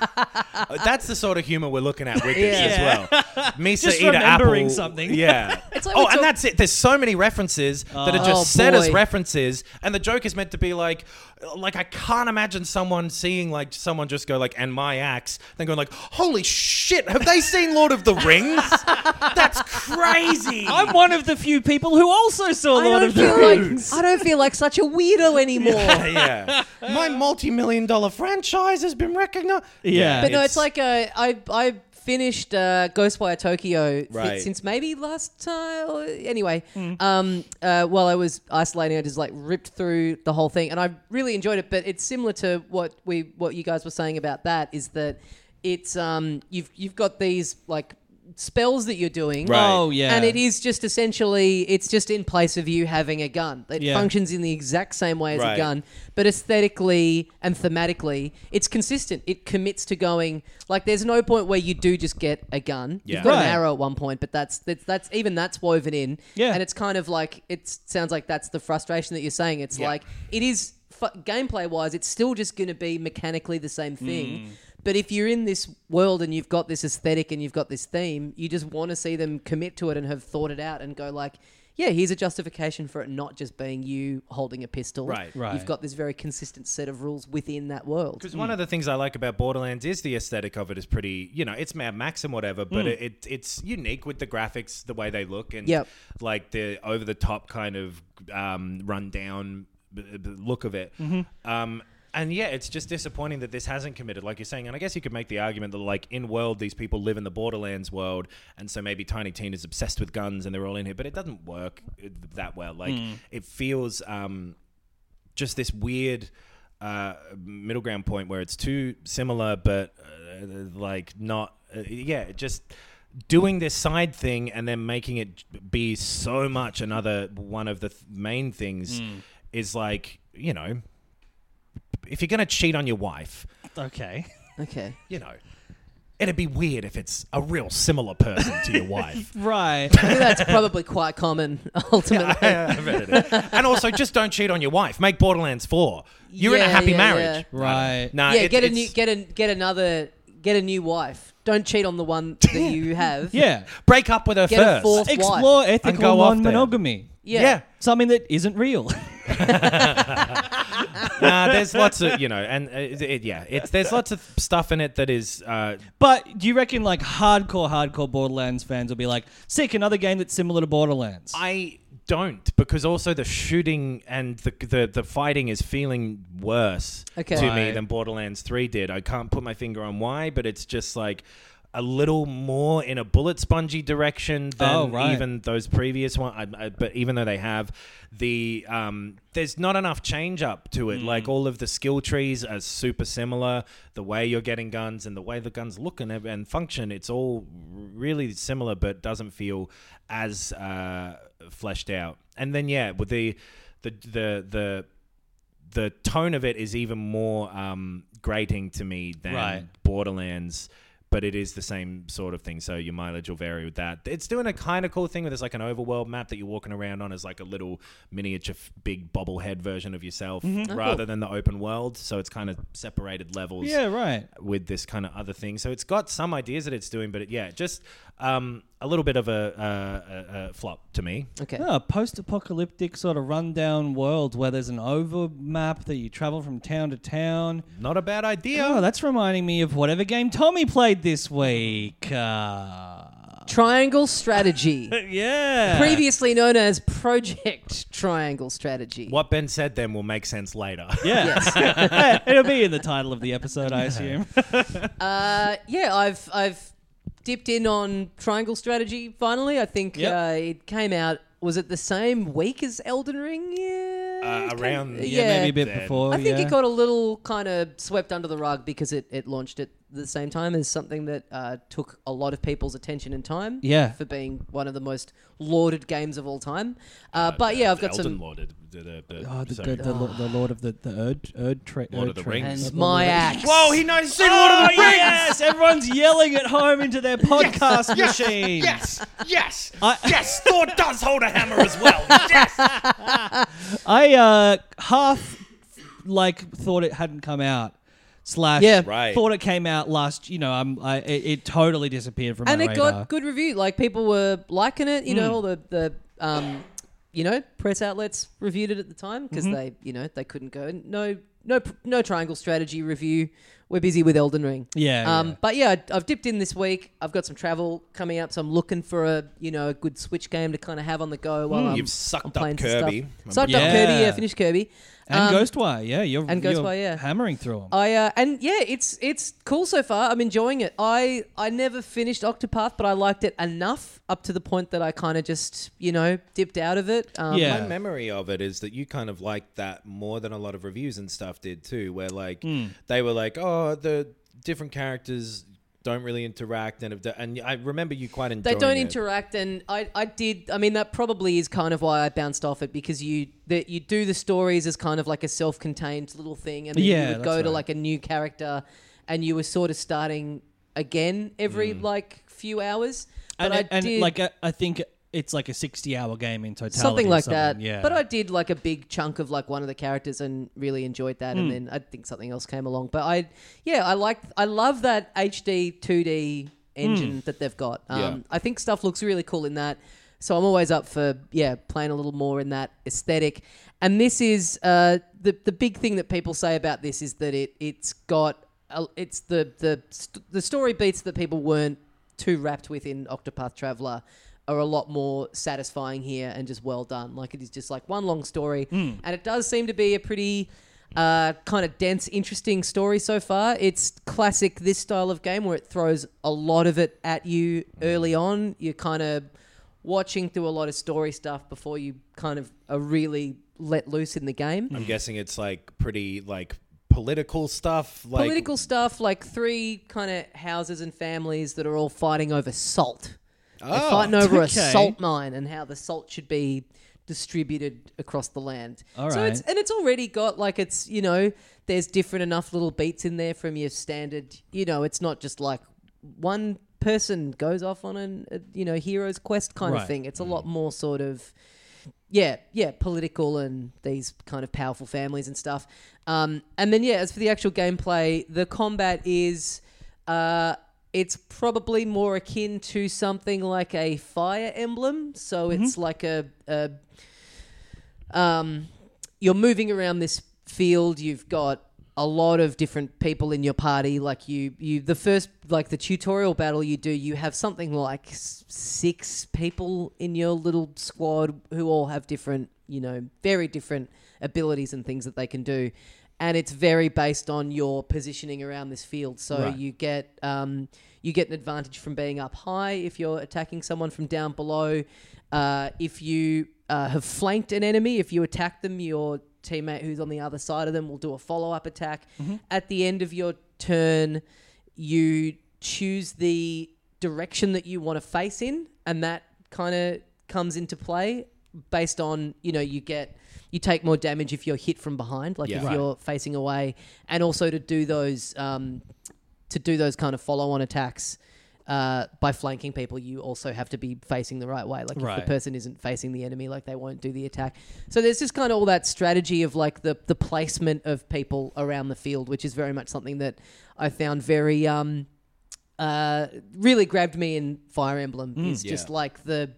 Speaker 7: that's the sort of humor we're looking at with this
Speaker 6: Yeah.
Speaker 7: as well. Misa
Speaker 6: Just
Speaker 7: eat a
Speaker 6: remembering
Speaker 7: apple.
Speaker 6: something.
Speaker 7: Yeah.
Speaker 5: like
Speaker 7: oh,
Speaker 5: we
Speaker 7: and
Speaker 5: talk-
Speaker 7: that's it. There's so many references that are just
Speaker 5: Oh,
Speaker 7: set as
Speaker 5: boy.
Speaker 7: references, and the joke is meant to be like, like I can't imagine someone seeing like someone just go like, and my axe, then going like, holy shit, have they seen Lord of the Rings? that's crazy.
Speaker 6: I'm one of the few people who also saw
Speaker 5: I
Speaker 6: Lord
Speaker 5: don't
Speaker 6: of the
Speaker 5: feel
Speaker 6: Rings.
Speaker 5: like I don't feel like such a weirdo anymore.
Speaker 7: yeah. My multi-million dollar franchise has been recognized.
Speaker 6: Yeah.
Speaker 5: But no, it's like uh, I I finished uh, Ghostwire Tokyo fi-
Speaker 7: Right.
Speaker 5: since maybe last time. or- Anyway,
Speaker 6: Hmm.
Speaker 5: um, uh, while I was isolating, I just like ripped through the whole thing, and I really enjoyed it. But it's similar to what we what you guys were saying about that is that it's um you've you've got these like spells that you're doing
Speaker 7: Right.
Speaker 6: Oh yeah,
Speaker 5: and it is just essentially it's just in place of you having a gun. It
Speaker 6: Yeah.
Speaker 5: functions in the exact same way as
Speaker 7: Right.
Speaker 5: a gun, but aesthetically and thematically, it's consistent. It commits to going like there's no point where you do just get a gun.
Speaker 7: Yeah.
Speaker 5: You've got
Speaker 6: Right.
Speaker 5: an arrow at one point, but that's, that's that's even that's woven in.
Speaker 6: Yeah.
Speaker 5: and it's kind of like it sounds like that's the frustration that you're saying. It's
Speaker 7: Yeah.
Speaker 5: like it is fu- gameplay wise, it's still just going to be mechanically the same
Speaker 7: Mm.
Speaker 5: thing. But if you're in this world and you've got this aesthetic and you've got this theme, you just want to see them commit to it and have thought it out and go like, yeah, here's a justification for it not just being you holding a pistol.
Speaker 7: Right.
Speaker 6: Right.
Speaker 5: You've got this very consistent set of rules within that world.
Speaker 7: Because one of the things I like about Borderlands is the aesthetic of it is pretty, you know, it's Mad Max and whatever, but it, it it's unique with the graphics, the way they look, and
Speaker 5: Mm. Yep.
Speaker 7: like the over the top kind of um, rundown b- b- look of it.
Speaker 5: Mm-hmm.
Speaker 7: Um, and yeah, it's just disappointing that this hasn't committed, like you're saying. And I guess you could make the argument that, like, in world, these people live in the Borderlands world, and so maybe Tiny Tina's obsessed with guns and they're all in here, but it doesn't work uh, that well. Like,
Speaker 5: Mm.
Speaker 7: it feels. Um, just this weird uh, middle ground point where it's too similar, but uh, like not. Uh, yeah, just doing this side thing and then making it be so much another one of the th- main things
Speaker 5: Hmm.
Speaker 7: is like you know, if you're gonna cheat on your wife,
Speaker 6: okay.
Speaker 5: Okay.
Speaker 7: you know. It'd be weird if it's a real similar person to your wife.
Speaker 6: Right.
Speaker 5: I think that's probably quite common ultimately.
Speaker 7: I read it. and also, just don't cheat on your wife. Make Borderlands 4. You're in a
Speaker 5: Yeah,
Speaker 7: happy
Speaker 5: yeah,
Speaker 7: marriage.
Speaker 6: yeah. Right.
Speaker 7: Nah,
Speaker 5: yeah,
Speaker 7: it-
Speaker 5: get a
Speaker 7: it's-
Speaker 5: new get a get another get a new wife. Don't cheat on the one that you have.
Speaker 6: Yeah.
Speaker 7: break up with her
Speaker 5: Get a
Speaker 7: first.
Speaker 5: fourth- Why?
Speaker 6: Explore
Speaker 7: And go
Speaker 6: ethical
Speaker 7: off there.
Speaker 6: non-monogamy.
Speaker 5: Yeah.
Speaker 7: Yeah.
Speaker 6: Something that isn't real.
Speaker 7: Nah, there's lots of you know, and uh, it, it- yeah, it's there's lots of stuff in it that is uh,
Speaker 6: but do you reckon like hardcore, hardcore Borderlands fans will be like, sick, another game that's similar to Borderlands?
Speaker 7: I don't because also the shooting and the the, the fighting is feeling worse
Speaker 5: Okay.
Speaker 7: to me
Speaker 6: Right.
Speaker 7: than Borderlands Three did. I can't put my finger on why, but it's just like. A little more in a bullet spongy direction than
Speaker 6: Oh, right.
Speaker 7: even those previous ones. I, I, but even though they have the, um, there's not enough change up to
Speaker 6: Mm.
Speaker 7: it. Like all of the skill trees are super similar. The way you're getting guns and the way the guns look and, and function, it's all really similar, but doesn't feel as uh, fleshed out. And then yeah, with the the the the the tone of it is even more um, grating to me than
Speaker 6: Right.
Speaker 7: Borderlands, but it is the same sort of thing. So your mileage will vary with that. It's doing a kind of cool thing where there's like an overworld map that you're walking around on as like a little miniature, f- big bobblehead version of yourself,
Speaker 6: Mm-hmm.
Speaker 5: Oh,
Speaker 7: rather than the open world. So it's kind of separated levels
Speaker 6: yeah. Right.
Speaker 7: with this kind of other thing. So it's got some ideas that it's doing, but it, yeah, just um, a little bit of a, uh, a, a flop to me.
Speaker 5: Okay.
Speaker 6: No, a post-apocalyptic sort of rundown world where there's an over map that you travel from town to town.
Speaker 7: Not a bad idea.
Speaker 6: Oh, that's reminding me of whatever game Tommy played this week. Uh,
Speaker 5: Triangle Strategy,
Speaker 6: yeah.
Speaker 5: previously known as Project Triangle Strategy.
Speaker 7: What Ben said then will make sense later.
Speaker 6: Yeah. It'll be in the title of the episode, I assume.
Speaker 5: Uh, yeah, I've I've dipped in on Triangle Strategy finally. I think
Speaker 6: Yep.
Speaker 5: uh, it came out. Was it the same week as Elden Ring? Yeah,
Speaker 7: Uh,
Speaker 5: it came-
Speaker 7: around-
Speaker 5: Yeah,
Speaker 7: Yeah,
Speaker 6: Maybe a bit
Speaker 7: Then.
Speaker 6: before.
Speaker 5: I think
Speaker 6: yeah.
Speaker 5: it got a little kind of swept under the rug because it, it launched at the same time as something that uh, took a lot of people's attention and time.
Speaker 6: Yeah.
Speaker 5: for being one of the most lauded games of all time. Uh, but yeah, I've got
Speaker 7: Elden
Speaker 5: some.
Speaker 7: Lord did- did a- did-
Speaker 6: Oh, the,
Speaker 7: so-
Speaker 6: the, the, lo- the Lord of the the Erd, Erd tra-
Speaker 7: Lord
Speaker 6: Erd
Speaker 7: of the
Speaker 6: Tree.
Speaker 7: Rings.
Speaker 5: And my axe.
Speaker 7: Whoa, he knows he's seen Lord
Speaker 6: Oh,
Speaker 7: of the Rings.
Speaker 6: yes! Everyone's yelling at home into their podcast machines.
Speaker 7: Yes, yes,
Speaker 6: I-
Speaker 7: yes. Thor does hold a hammer as well. Yes.
Speaker 6: I uh, half like thought it hadn't come out. Slash,
Speaker 5: Yeah.
Speaker 7: Right.
Speaker 6: thought it came out last. You know, I'm. I it, it totally disappeared from
Speaker 5: and
Speaker 6: my
Speaker 5: it
Speaker 6: radar. Hmm.
Speaker 5: got good review. Like people were liking it. You know, all the the um, you know, press outlets reviewed it at the time because
Speaker 6: Mm-hmm.
Speaker 5: they, you know, they couldn't go. No, no, pr- no triangle strategy review. We're busy with Elden Ring.
Speaker 6: Yeah,
Speaker 5: Um.
Speaker 6: yeah.
Speaker 5: But yeah, I- I've dipped in this week. I've got some travel coming up, so I'm looking for a you know a good Switch game to kind of have on the go
Speaker 6: Hmm.
Speaker 5: while I'm,
Speaker 7: You've sucked
Speaker 5: I'm
Speaker 7: up
Speaker 5: playing some
Speaker 7: Kirby.
Speaker 5: Stuff. Sucked up
Speaker 6: Yeah.
Speaker 5: Kirby. Yeah, finished Kirby.
Speaker 6: and
Speaker 5: Um,
Speaker 6: Ghostwire, yeah, you're
Speaker 5: and
Speaker 6: you're
Speaker 5: Ghostwire, yeah.
Speaker 6: hammering through them.
Speaker 5: I uh, and yeah, it's it's cool so far. I'm enjoying it. I I never finished Octopath, but I liked it enough up to the point that I kind of just you know dipped out of it. Um,
Speaker 6: Yeah.
Speaker 7: My memory of it is that you kind of liked that more than a lot of reviews and stuff did too, where like they were like, oh, the different characters don't really interact, and have d- and I remember you quite
Speaker 5: They
Speaker 7: enjoying.
Speaker 5: don't
Speaker 7: it.
Speaker 5: interact, and I, I did. I mean, that probably is kind of why I bounced off it because you that you do the stories as kind of like a self-contained little thing, and then
Speaker 6: Yeah,
Speaker 5: you would
Speaker 6: that's
Speaker 5: go to
Speaker 6: right.
Speaker 5: like a new character, and you were sort of starting again every like few hours. But
Speaker 6: Mm. and
Speaker 5: I
Speaker 6: it- and
Speaker 5: did,
Speaker 6: like I, I think it's like a 60 hour game in totality,
Speaker 5: something
Speaker 6: or
Speaker 5: like that.
Speaker 6: Yeah,
Speaker 5: But I did like a big chunk of like one of the characters and really enjoyed that, and then I think something else came along. But I, yeah, I like I love that HD 2D engine that they've got. Um,
Speaker 7: Yeah.
Speaker 5: I think stuff looks really cool in that. So I'm always up for yeah playing a little more in that aesthetic. And this is uh, the the big thing that people say about this is that it it's got a- it's the the st- the story beats that people weren't too wrapped with in Octopath Traveler are a lot more satisfying here and just well done. Like it is just like one long story, and it does seem to be a pretty uh, kind of dense, interesting story so far. It's classic this style of game where it throws a lot of it at you early on. You're kind of watching through a lot of story stuff before you kind of are really let loose in the game.
Speaker 7: I'm guessing it's like pretty like political stuff. Like
Speaker 5: Political stuff like three kind of houses and families that are all fighting over salt. They're fighting over
Speaker 6: Oh, okay.
Speaker 5: a salt mine and how the salt should be distributed across the land.
Speaker 6: All
Speaker 5: so it's
Speaker 6: right.
Speaker 5: and it's already got like it's you know there's different enough little beats in there from your standard. You know, it's not just like one person goes off on an a, you know hero's quest kind
Speaker 6: Right.
Speaker 5: of thing. It's a lot more sort of yeah, yeah, political and these kind of powerful families and stuff. Um, and then yeah, as for the actual gameplay, the combat is uh, it's probably more akin to something like a fire emblem. So it's like a, a um, you're moving around this field. You've got a lot of different people in your party. Like you, you the first like the tutorial battle you do, you have something like s- six people in your little squad who all have different, you know, very different abilities and things that they can do. And it's very based on your positioning around this field. So
Speaker 6: Right.
Speaker 5: you get um, you get an advantage from being up high if you're attacking someone from down below. Uh, if you uh, have flanked an enemy, if you attack them, your teammate who's on the other side of them will do a follow up attack. At the end of your turn, you choose the direction that you want to face in, and that kind of comes into play based on you know you get you take more damage if you're hit from behind, like
Speaker 7: Yeah.
Speaker 5: if
Speaker 7: Right.
Speaker 5: you're facing away, and also to do those um, to do those kind of follow-on attacks uh, by flanking people, you also have to be facing the right way. Like if
Speaker 6: Right.
Speaker 5: the person isn't facing the enemy, like they won't do the attack. So there's just kind of all that strategy of like the the placement of people around the field, which is very much something that I found very um, uh, really grabbed me in Fire Emblem. is just
Speaker 7: Yeah.
Speaker 5: like the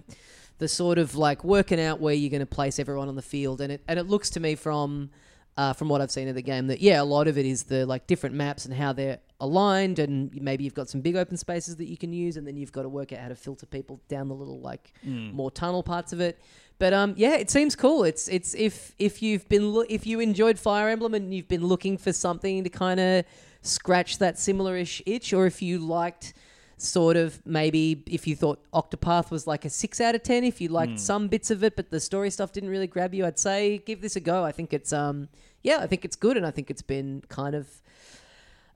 Speaker 5: the sort of like working out where you're going to place everyone on the field, and it and it looks to me from uh, from what I've seen of the game, that yeah, a lot of it is the like different maps and how they're aligned, and maybe you've got some big open spaces that you can use, and then you've got to work out how to filter people down the little like more tunnel parts of it. But um, yeah, it seems cool. It's it's if if you've been lo- if you enjoyed Fire Emblem and you've been looking for something to kind of scratch that similar-ish itch, or if you liked sort of maybe if you thought Octopath was like a six out of ten, if you liked some bits of it, but the story stuff didn't really grab you, I'd say give this a go. I think it's um yeah, I think it's good, and I think it's been kind of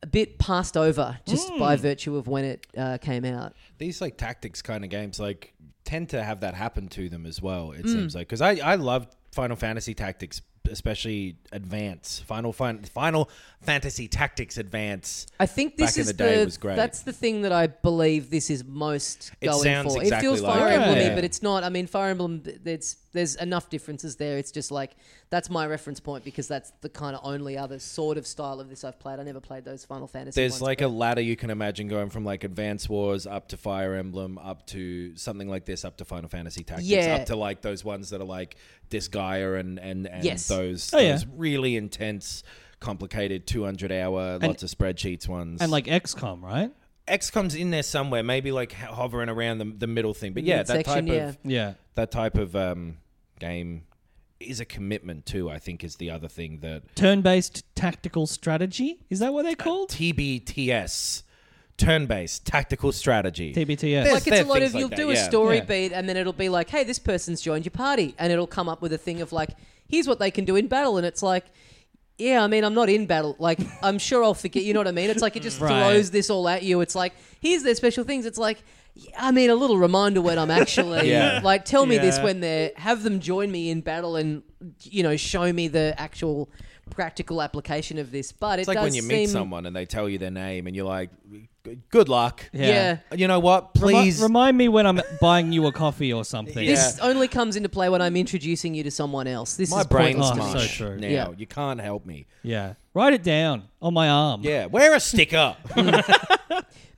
Speaker 5: a bit passed over just by virtue of when it uh, came out.
Speaker 7: these like tactics kind of games like tend to have that happen to them as well
Speaker 5: Hmm.
Speaker 7: it seems like because i i love final fantasy tactics especially advance final fin- final fantasy tactics advance
Speaker 5: I think this
Speaker 7: Back in
Speaker 5: is
Speaker 7: the day, it was great.
Speaker 5: That's the thing that I believe this is most
Speaker 7: It
Speaker 5: going
Speaker 7: sounds
Speaker 5: for.
Speaker 7: exactly
Speaker 5: it feels
Speaker 7: like
Speaker 5: Fire
Speaker 7: it.
Speaker 5: Emblem,
Speaker 7: Yeah.
Speaker 5: but it's not. I mean, Fire Emblem. th- There's there's enough differences there. It's just like that's my reference point because that's the kind of only other sort of style of this I've played. I never played those Final Fantasy.
Speaker 7: there's
Speaker 5: ones,
Speaker 7: like
Speaker 5: but-
Speaker 7: a ladder you can imagine going from like Advance Wars up to Fire Emblem up to something like this up to Final Fantasy Tactics
Speaker 5: Yeah.
Speaker 7: up to like those ones that are like Disgaea and and and
Speaker 5: Yes.
Speaker 7: those
Speaker 6: Oh, yeah.
Speaker 7: those really intense complicated 200 hour lots of spreadsheets ones
Speaker 6: And like XCOM, right?
Speaker 7: XCOM's in there somewhere maybe like ho- hovering around the, the middle thing but yeah that
Speaker 5: Midsection,
Speaker 7: type
Speaker 5: yeah.
Speaker 7: of
Speaker 6: Yeah.
Speaker 7: that type of um, game is a commitment too I think is the other thing that
Speaker 6: Turn-based tactical strategy. Is that what
Speaker 5: Uh,
Speaker 6: they're called?
Speaker 7: TBTS turn-based tactical strategy
Speaker 6: TBTS.
Speaker 7: There's-
Speaker 5: like it's
Speaker 7: there
Speaker 5: a
Speaker 7: are
Speaker 5: lot
Speaker 7: things
Speaker 5: of
Speaker 7: like
Speaker 5: you'll
Speaker 7: that,
Speaker 5: do a
Speaker 7: yeah.
Speaker 5: story
Speaker 6: Yeah.
Speaker 5: beat and then it'll be like, hey, this person's joined your party, and it'll come up with a thing of like, here's what they can do in battle, and it's like. Yeah, I mean, I'm not in battle. Like, I'm sure I'll forget. You know what I mean? It's like it just
Speaker 6: Right.
Speaker 5: throws this all at you. It's like, here's their special things. It's like, yeah, I mean, a little reminder when I'm actually
Speaker 7: Yeah.
Speaker 5: like, tell me this
Speaker 6: Yeah.
Speaker 5: when they're have them join me in battle and you know show me the actual practical application of this. But
Speaker 7: It's
Speaker 5: it
Speaker 7: like
Speaker 5: does
Speaker 7: when you meet
Speaker 5: seem-
Speaker 7: someone and they tell you their name and you're like, "Good- good luck.
Speaker 5: Yeah.
Speaker 7: You know what?
Speaker 6: Remi-
Speaker 7: Please.
Speaker 6: remind me when I'm buying you a coffee or something.
Speaker 7: Yeah.
Speaker 5: This only comes into play when I'm introducing you to someone else. This
Speaker 7: my
Speaker 5: is
Speaker 7: brain's
Speaker 5: pointless
Speaker 6: Oh,
Speaker 5: to
Speaker 6: mush.
Speaker 5: me.
Speaker 6: so
Speaker 7: mush
Speaker 6: true.
Speaker 7: now.
Speaker 5: Yeah.
Speaker 7: You can't help me.
Speaker 6: Yeah. Write it down on my arm.
Speaker 7: Yeah. Wear a sticker.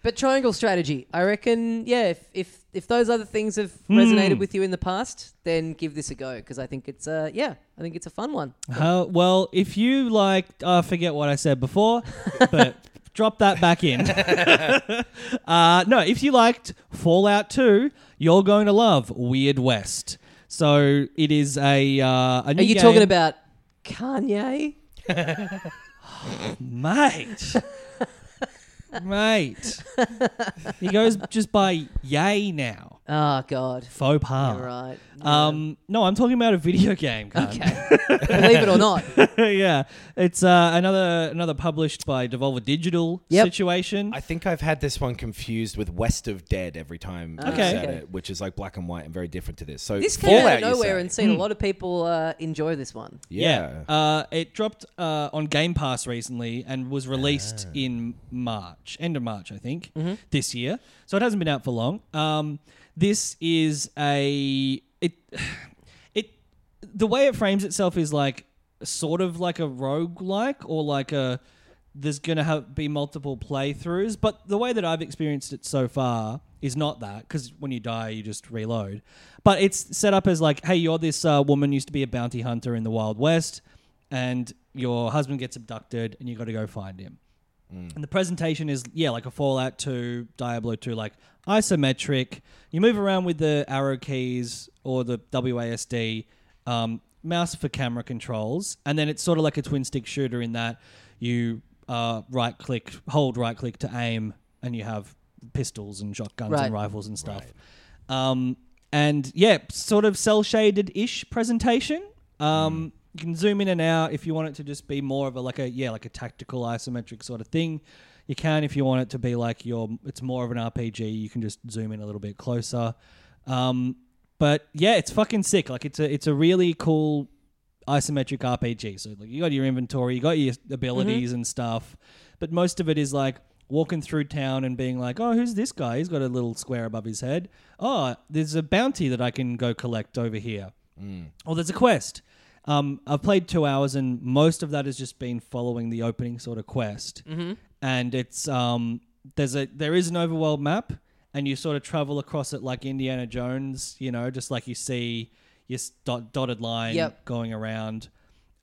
Speaker 5: But triangle strategy, I reckon. Yeah, if if, if those other things have resonated with you in the past, then give this a go because I think it's uh yeah, I think it's a fun one.
Speaker 6: How- well, if you like, I forget what I said before, but drop that back in. uh, no, if you liked Fallout 2, you're going to love Weird West. So it is a, uh, a
Speaker 5: Are
Speaker 6: new
Speaker 5: you
Speaker 6: game-
Speaker 5: talking about Kanye?
Speaker 6: mate, mate. he goes just by yay now.
Speaker 5: Oh God,
Speaker 6: Faux pas.
Speaker 5: right.
Speaker 6: Um, no, I'm talking about a video game. Kind
Speaker 5: Okay, believe it or not,
Speaker 6: yeah, it's uh, another another published by Devolver Digital
Speaker 5: Yep.
Speaker 6: situation.
Speaker 7: I think I've had this one confused with West of Dead every time you
Speaker 6: Okay.
Speaker 7: said
Speaker 5: Okay.
Speaker 7: it, which is like black and white and very different to this. So
Speaker 5: this came out of
Speaker 7: Fallout, you
Speaker 5: nowhere
Speaker 7: say.
Speaker 5: and seen a lot of people uh, enjoy this one.
Speaker 7: yeah.
Speaker 6: Uh, it dropped uh, on Game Pass recently and was released in March, end of March, I think,
Speaker 5: Mm-hmm.
Speaker 6: this year. So it hasn't been out for long. Um, this is a it it the way it frames itself is like sort of like a roguelike or like a there's gonna have be multiple playthroughs but the way that i've experienced it so far is not that because when you die you just reload but it's set up as like hey you're this uh, woman who used to be a bounty hunter in the wild west and your husband gets abducted and you got to go find him and the presentation is yeah, like a Fallout 2, Diablo 2, like isometric. You move around with the arrow keys or the WASD, um, mouse for camera controls, and then it's sort of like a twin stick shooter in that you uh, right click, hold right click to aim, and you have pistols and shotguns
Speaker 5: Right.
Speaker 6: and rifles and stuff. Um, and yeah, sort of cell shaded ish presentation. Um, You can zoom in and out if you want it to just be more of a like a yeah like a tactical isometric sort of thing. You can if you want it to be like your it's more of an RPG. You can just zoom in a little bit closer. Um, but yeah, it's fucking sick. Like it's a it's a really cool isometric RPG. So like you got your inventory, you got your abilities and stuff, but most of it is like walking through town and being like, "Oh, who's this guy? He's got a little square above his head. Oh, there's a bounty that I can go collect over here. Or there's a quest." Um, I've played two hours, and most of that has just been following the opening sort of quest. Mm-hmm. And it's um, there's a there is an overworld map, and you sort of travel across it like Indiana Jones, you know, just like you see your s- dot, dotted line
Speaker 5: Yep.
Speaker 6: going around.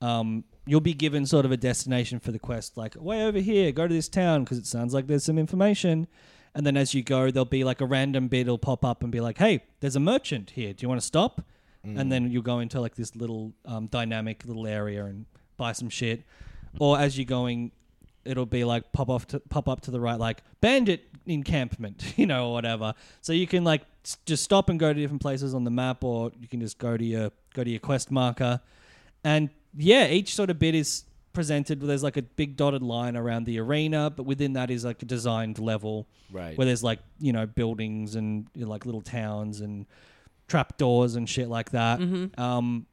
Speaker 6: Um, You'll be given sort of a destination for the quest, like way over here, go to this town because it sounds like there's some information. And then as you go, there'll be like a random bit will pop up and be like, hey, there's a merchant here. Do you want to stop? And then you'll go into like this little um, dynamic little area and buy some shit. Or as you're going, it'll be like pop off to pop up to the right like bandit encampment you know or whatever so you can like s- just stop and go to different places on the map or you can just go to your go to your quest marker and yeah each sort of bit is presented there's like a big dotted line around the arena but within that is like a designed level
Speaker 7: Right.
Speaker 6: where there's like you know buildings and you know, like little towns and trapdoors and shit like that um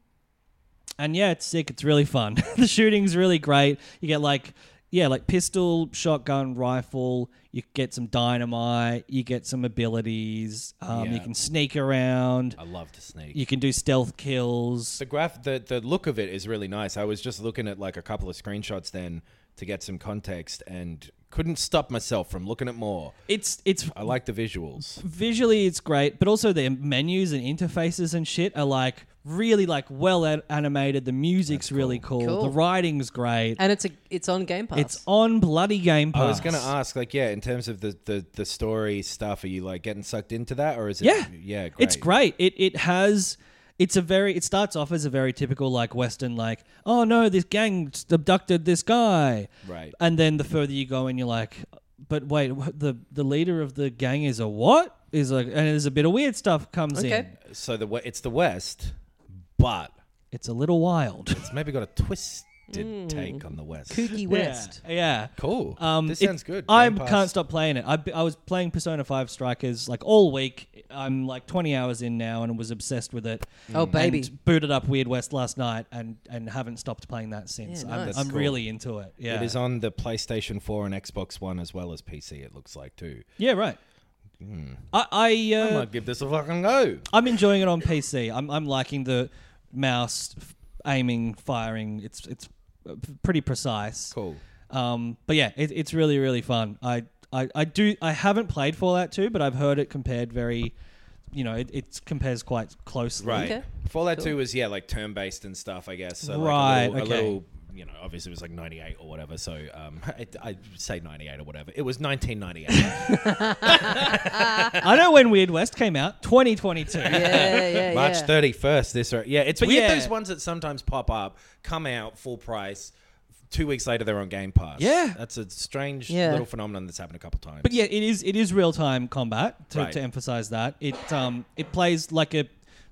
Speaker 6: and yeah, it's sick. It's really fun. the shooting's really great. You get like yeah, like pistol, shotgun, rifle. You get some dynamite. You get some abilities. Um, You
Speaker 7: Yeah.
Speaker 6: can sneak around.
Speaker 7: I love the snake.
Speaker 6: You can do stealth kills.
Speaker 7: The graph, the the look of it is really nice. I was just looking at like a couple of screenshots then to get some context, and couldn't stop myself from looking at more.
Speaker 6: It's it's
Speaker 7: I like the visuals.
Speaker 6: visually it's great, but also their menus and interfaces and shit are like really like well an- animated. The music's really cool.
Speaker 5: Cool.
Speaker 6: The writing's great.
Speaker 5: and it's a it's on Game Pass.
Speaker 6: it's on bloody Game Pass.
Speaker 7: I was gonna ask, like, yeah, in terms of the, the the story stuff, are you like getting sucked into that, or is it?
Speaker 6: Yeah,
Speaker 7: yeah, great.
Speaker 6: it's great. It it has. It's a very. It starts off as a very typical like Western, like oh no, this gang abducted this guy,
Speaker 7: Right.
Speaker 6: And then the further you go, and you're like, but wait, what, the the leader of the gang is a what? Is like, and there's a bit of weird stuff comes
Speaker 5: okay.
Speaker 6: in.
Speaker 7: So the we- it's the West, but
Speaker 6: It's a little wild.
Speaker 7: it's maybe got a twisted
Speaker 6: Hmm.
Speaker 7: take on the West.
Speaker 5: Kooky West.
Speaker 6: Yeah. yeah.
Speaker 7: Cool.
Speaker 6: Um,
Speaker 7: this
Speaker 6: it-
Speaker 7: sounds good.
Speaker 6: I
Speaker 7: Game Pass.
Speaker 6: can't stop playing it. I, I was playing Persona 5 Strikers like all week. I'm like 20 hours in now and was obsessed with it.
Speaker 5: Oh, baby.
Speaker 6: And booted up Weird West last night and, and haven't stopped playing that since.
Speaker 5: Yeah,
Speaker 6: I'm,
Speaker 5: nice.
Speaker 6: I'm
Speaker 7: That's cool.
Speaker 6: really into it. Yeah.
Speaker 7: It is on the PlayStation 4 and Xbox One as well as PC. It looks like too.
Speaker 6: yeah, right. I, I,
Speaker 7: Hmm. I
Speaker 6: uh,
Speaker 7: might give this a fucking go.
Speaker 6: I'm enjoying it on PC. I'm, I'm liking the mouse f- aiming, firing. It's, it's uh, p- pretty precise.
Speaker 7: Cool.
Speaker 6: Um, but yeah, it, it's really really fun. I, I I do I haven't played Fallout 2, but I've heard it compared very, you know, it, it compares quite closely.
Speaker 7: Right.
Speaker 5: Okay.
Speaker 7: Fallout 2 was yeah like turn based and stuff. I guess. So
Speaker 6: Right,
Speaker 7: Like a little,
Speaker 6: okay.
Speaker 7: A little, you know, obviously it was like 98 or whatever. So um, I, I say 98 or whatever. It was 1998.
Speaker 6: I know when Weird West came out, 2022.
Speaker 5: Yeah, yeah,
Speaker 7: March
Speaker 5: yeah.
Speaker 7: 31st. This right. Yeah. It's
Speaker 6: Uh, But
Speaker 7: weird.
Speaker 6: yeah.
Speaker 7: Those ones that sometimes pop up, come out full price. Two weeks later, they're on Game Pass.
Speaker 6: Yeah.
Speaker 7: That's a strange
Speaker 5: Yeah.
Speaker 7: little phenomenon that's happened a couple times.
Speaker 6: But yeah, it is it is real time combat to,
Speaker 7: Right.
Speaker 6: to emphasize that. It um it plays like a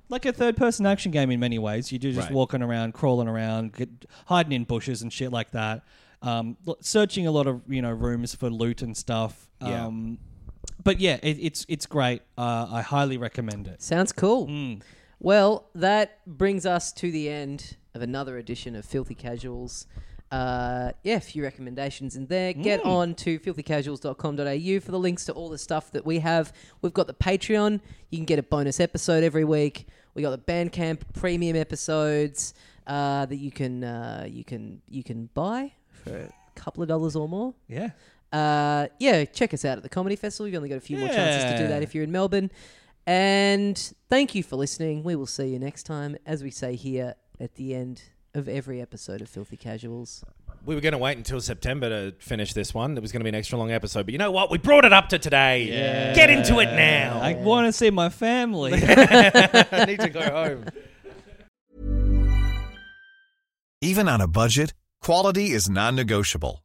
Speaker 6: like a third person action game in many ways. You do just
Speaker 7: Right.
Speaker 6: walking around, crawling around, get, hiding in bushes and shit like that. Um, l- searching a lot of you know rooms for loot and stuff.
Speaker 7: Yeah.
Speaker 6: Um, but yeah, it, it's it's great. Uh, I highly recommend it.
Speaker 5: Sounds cool. Well, that brings us to the end of another edition of Filthy Casuals. Uh, yeah, a few recommendations in there. Get on to filthycasuals.com.au for the links to all the stuff that we have. We've got the Patreon. You can get a bonus episode every week. We got the Bandcamp premium episodes uh, that you can uh, you can you can buy for a couple of dollars or more.
Speaker 6: Yeah.
Speaker 5: Uh, yeah, check us out at the Comedy Festival. You've only got a few more chances to do
Speaker 6: Yeah.
Speaker 5: that if you're in Melbourne. And thank you for listening. We will see you next time, as we say here at the end of every episode of Filthy Casuals.
Speaker 7: We were going to wait until September to finish this one. It was going to be an extra long episode, but you know what? We brought it up to today. Get into it now.
Speaker 6: I want to see my family.
Speaker 7: I need to go home.
Speaker 8: Even on a budget, quality is non-negotiable.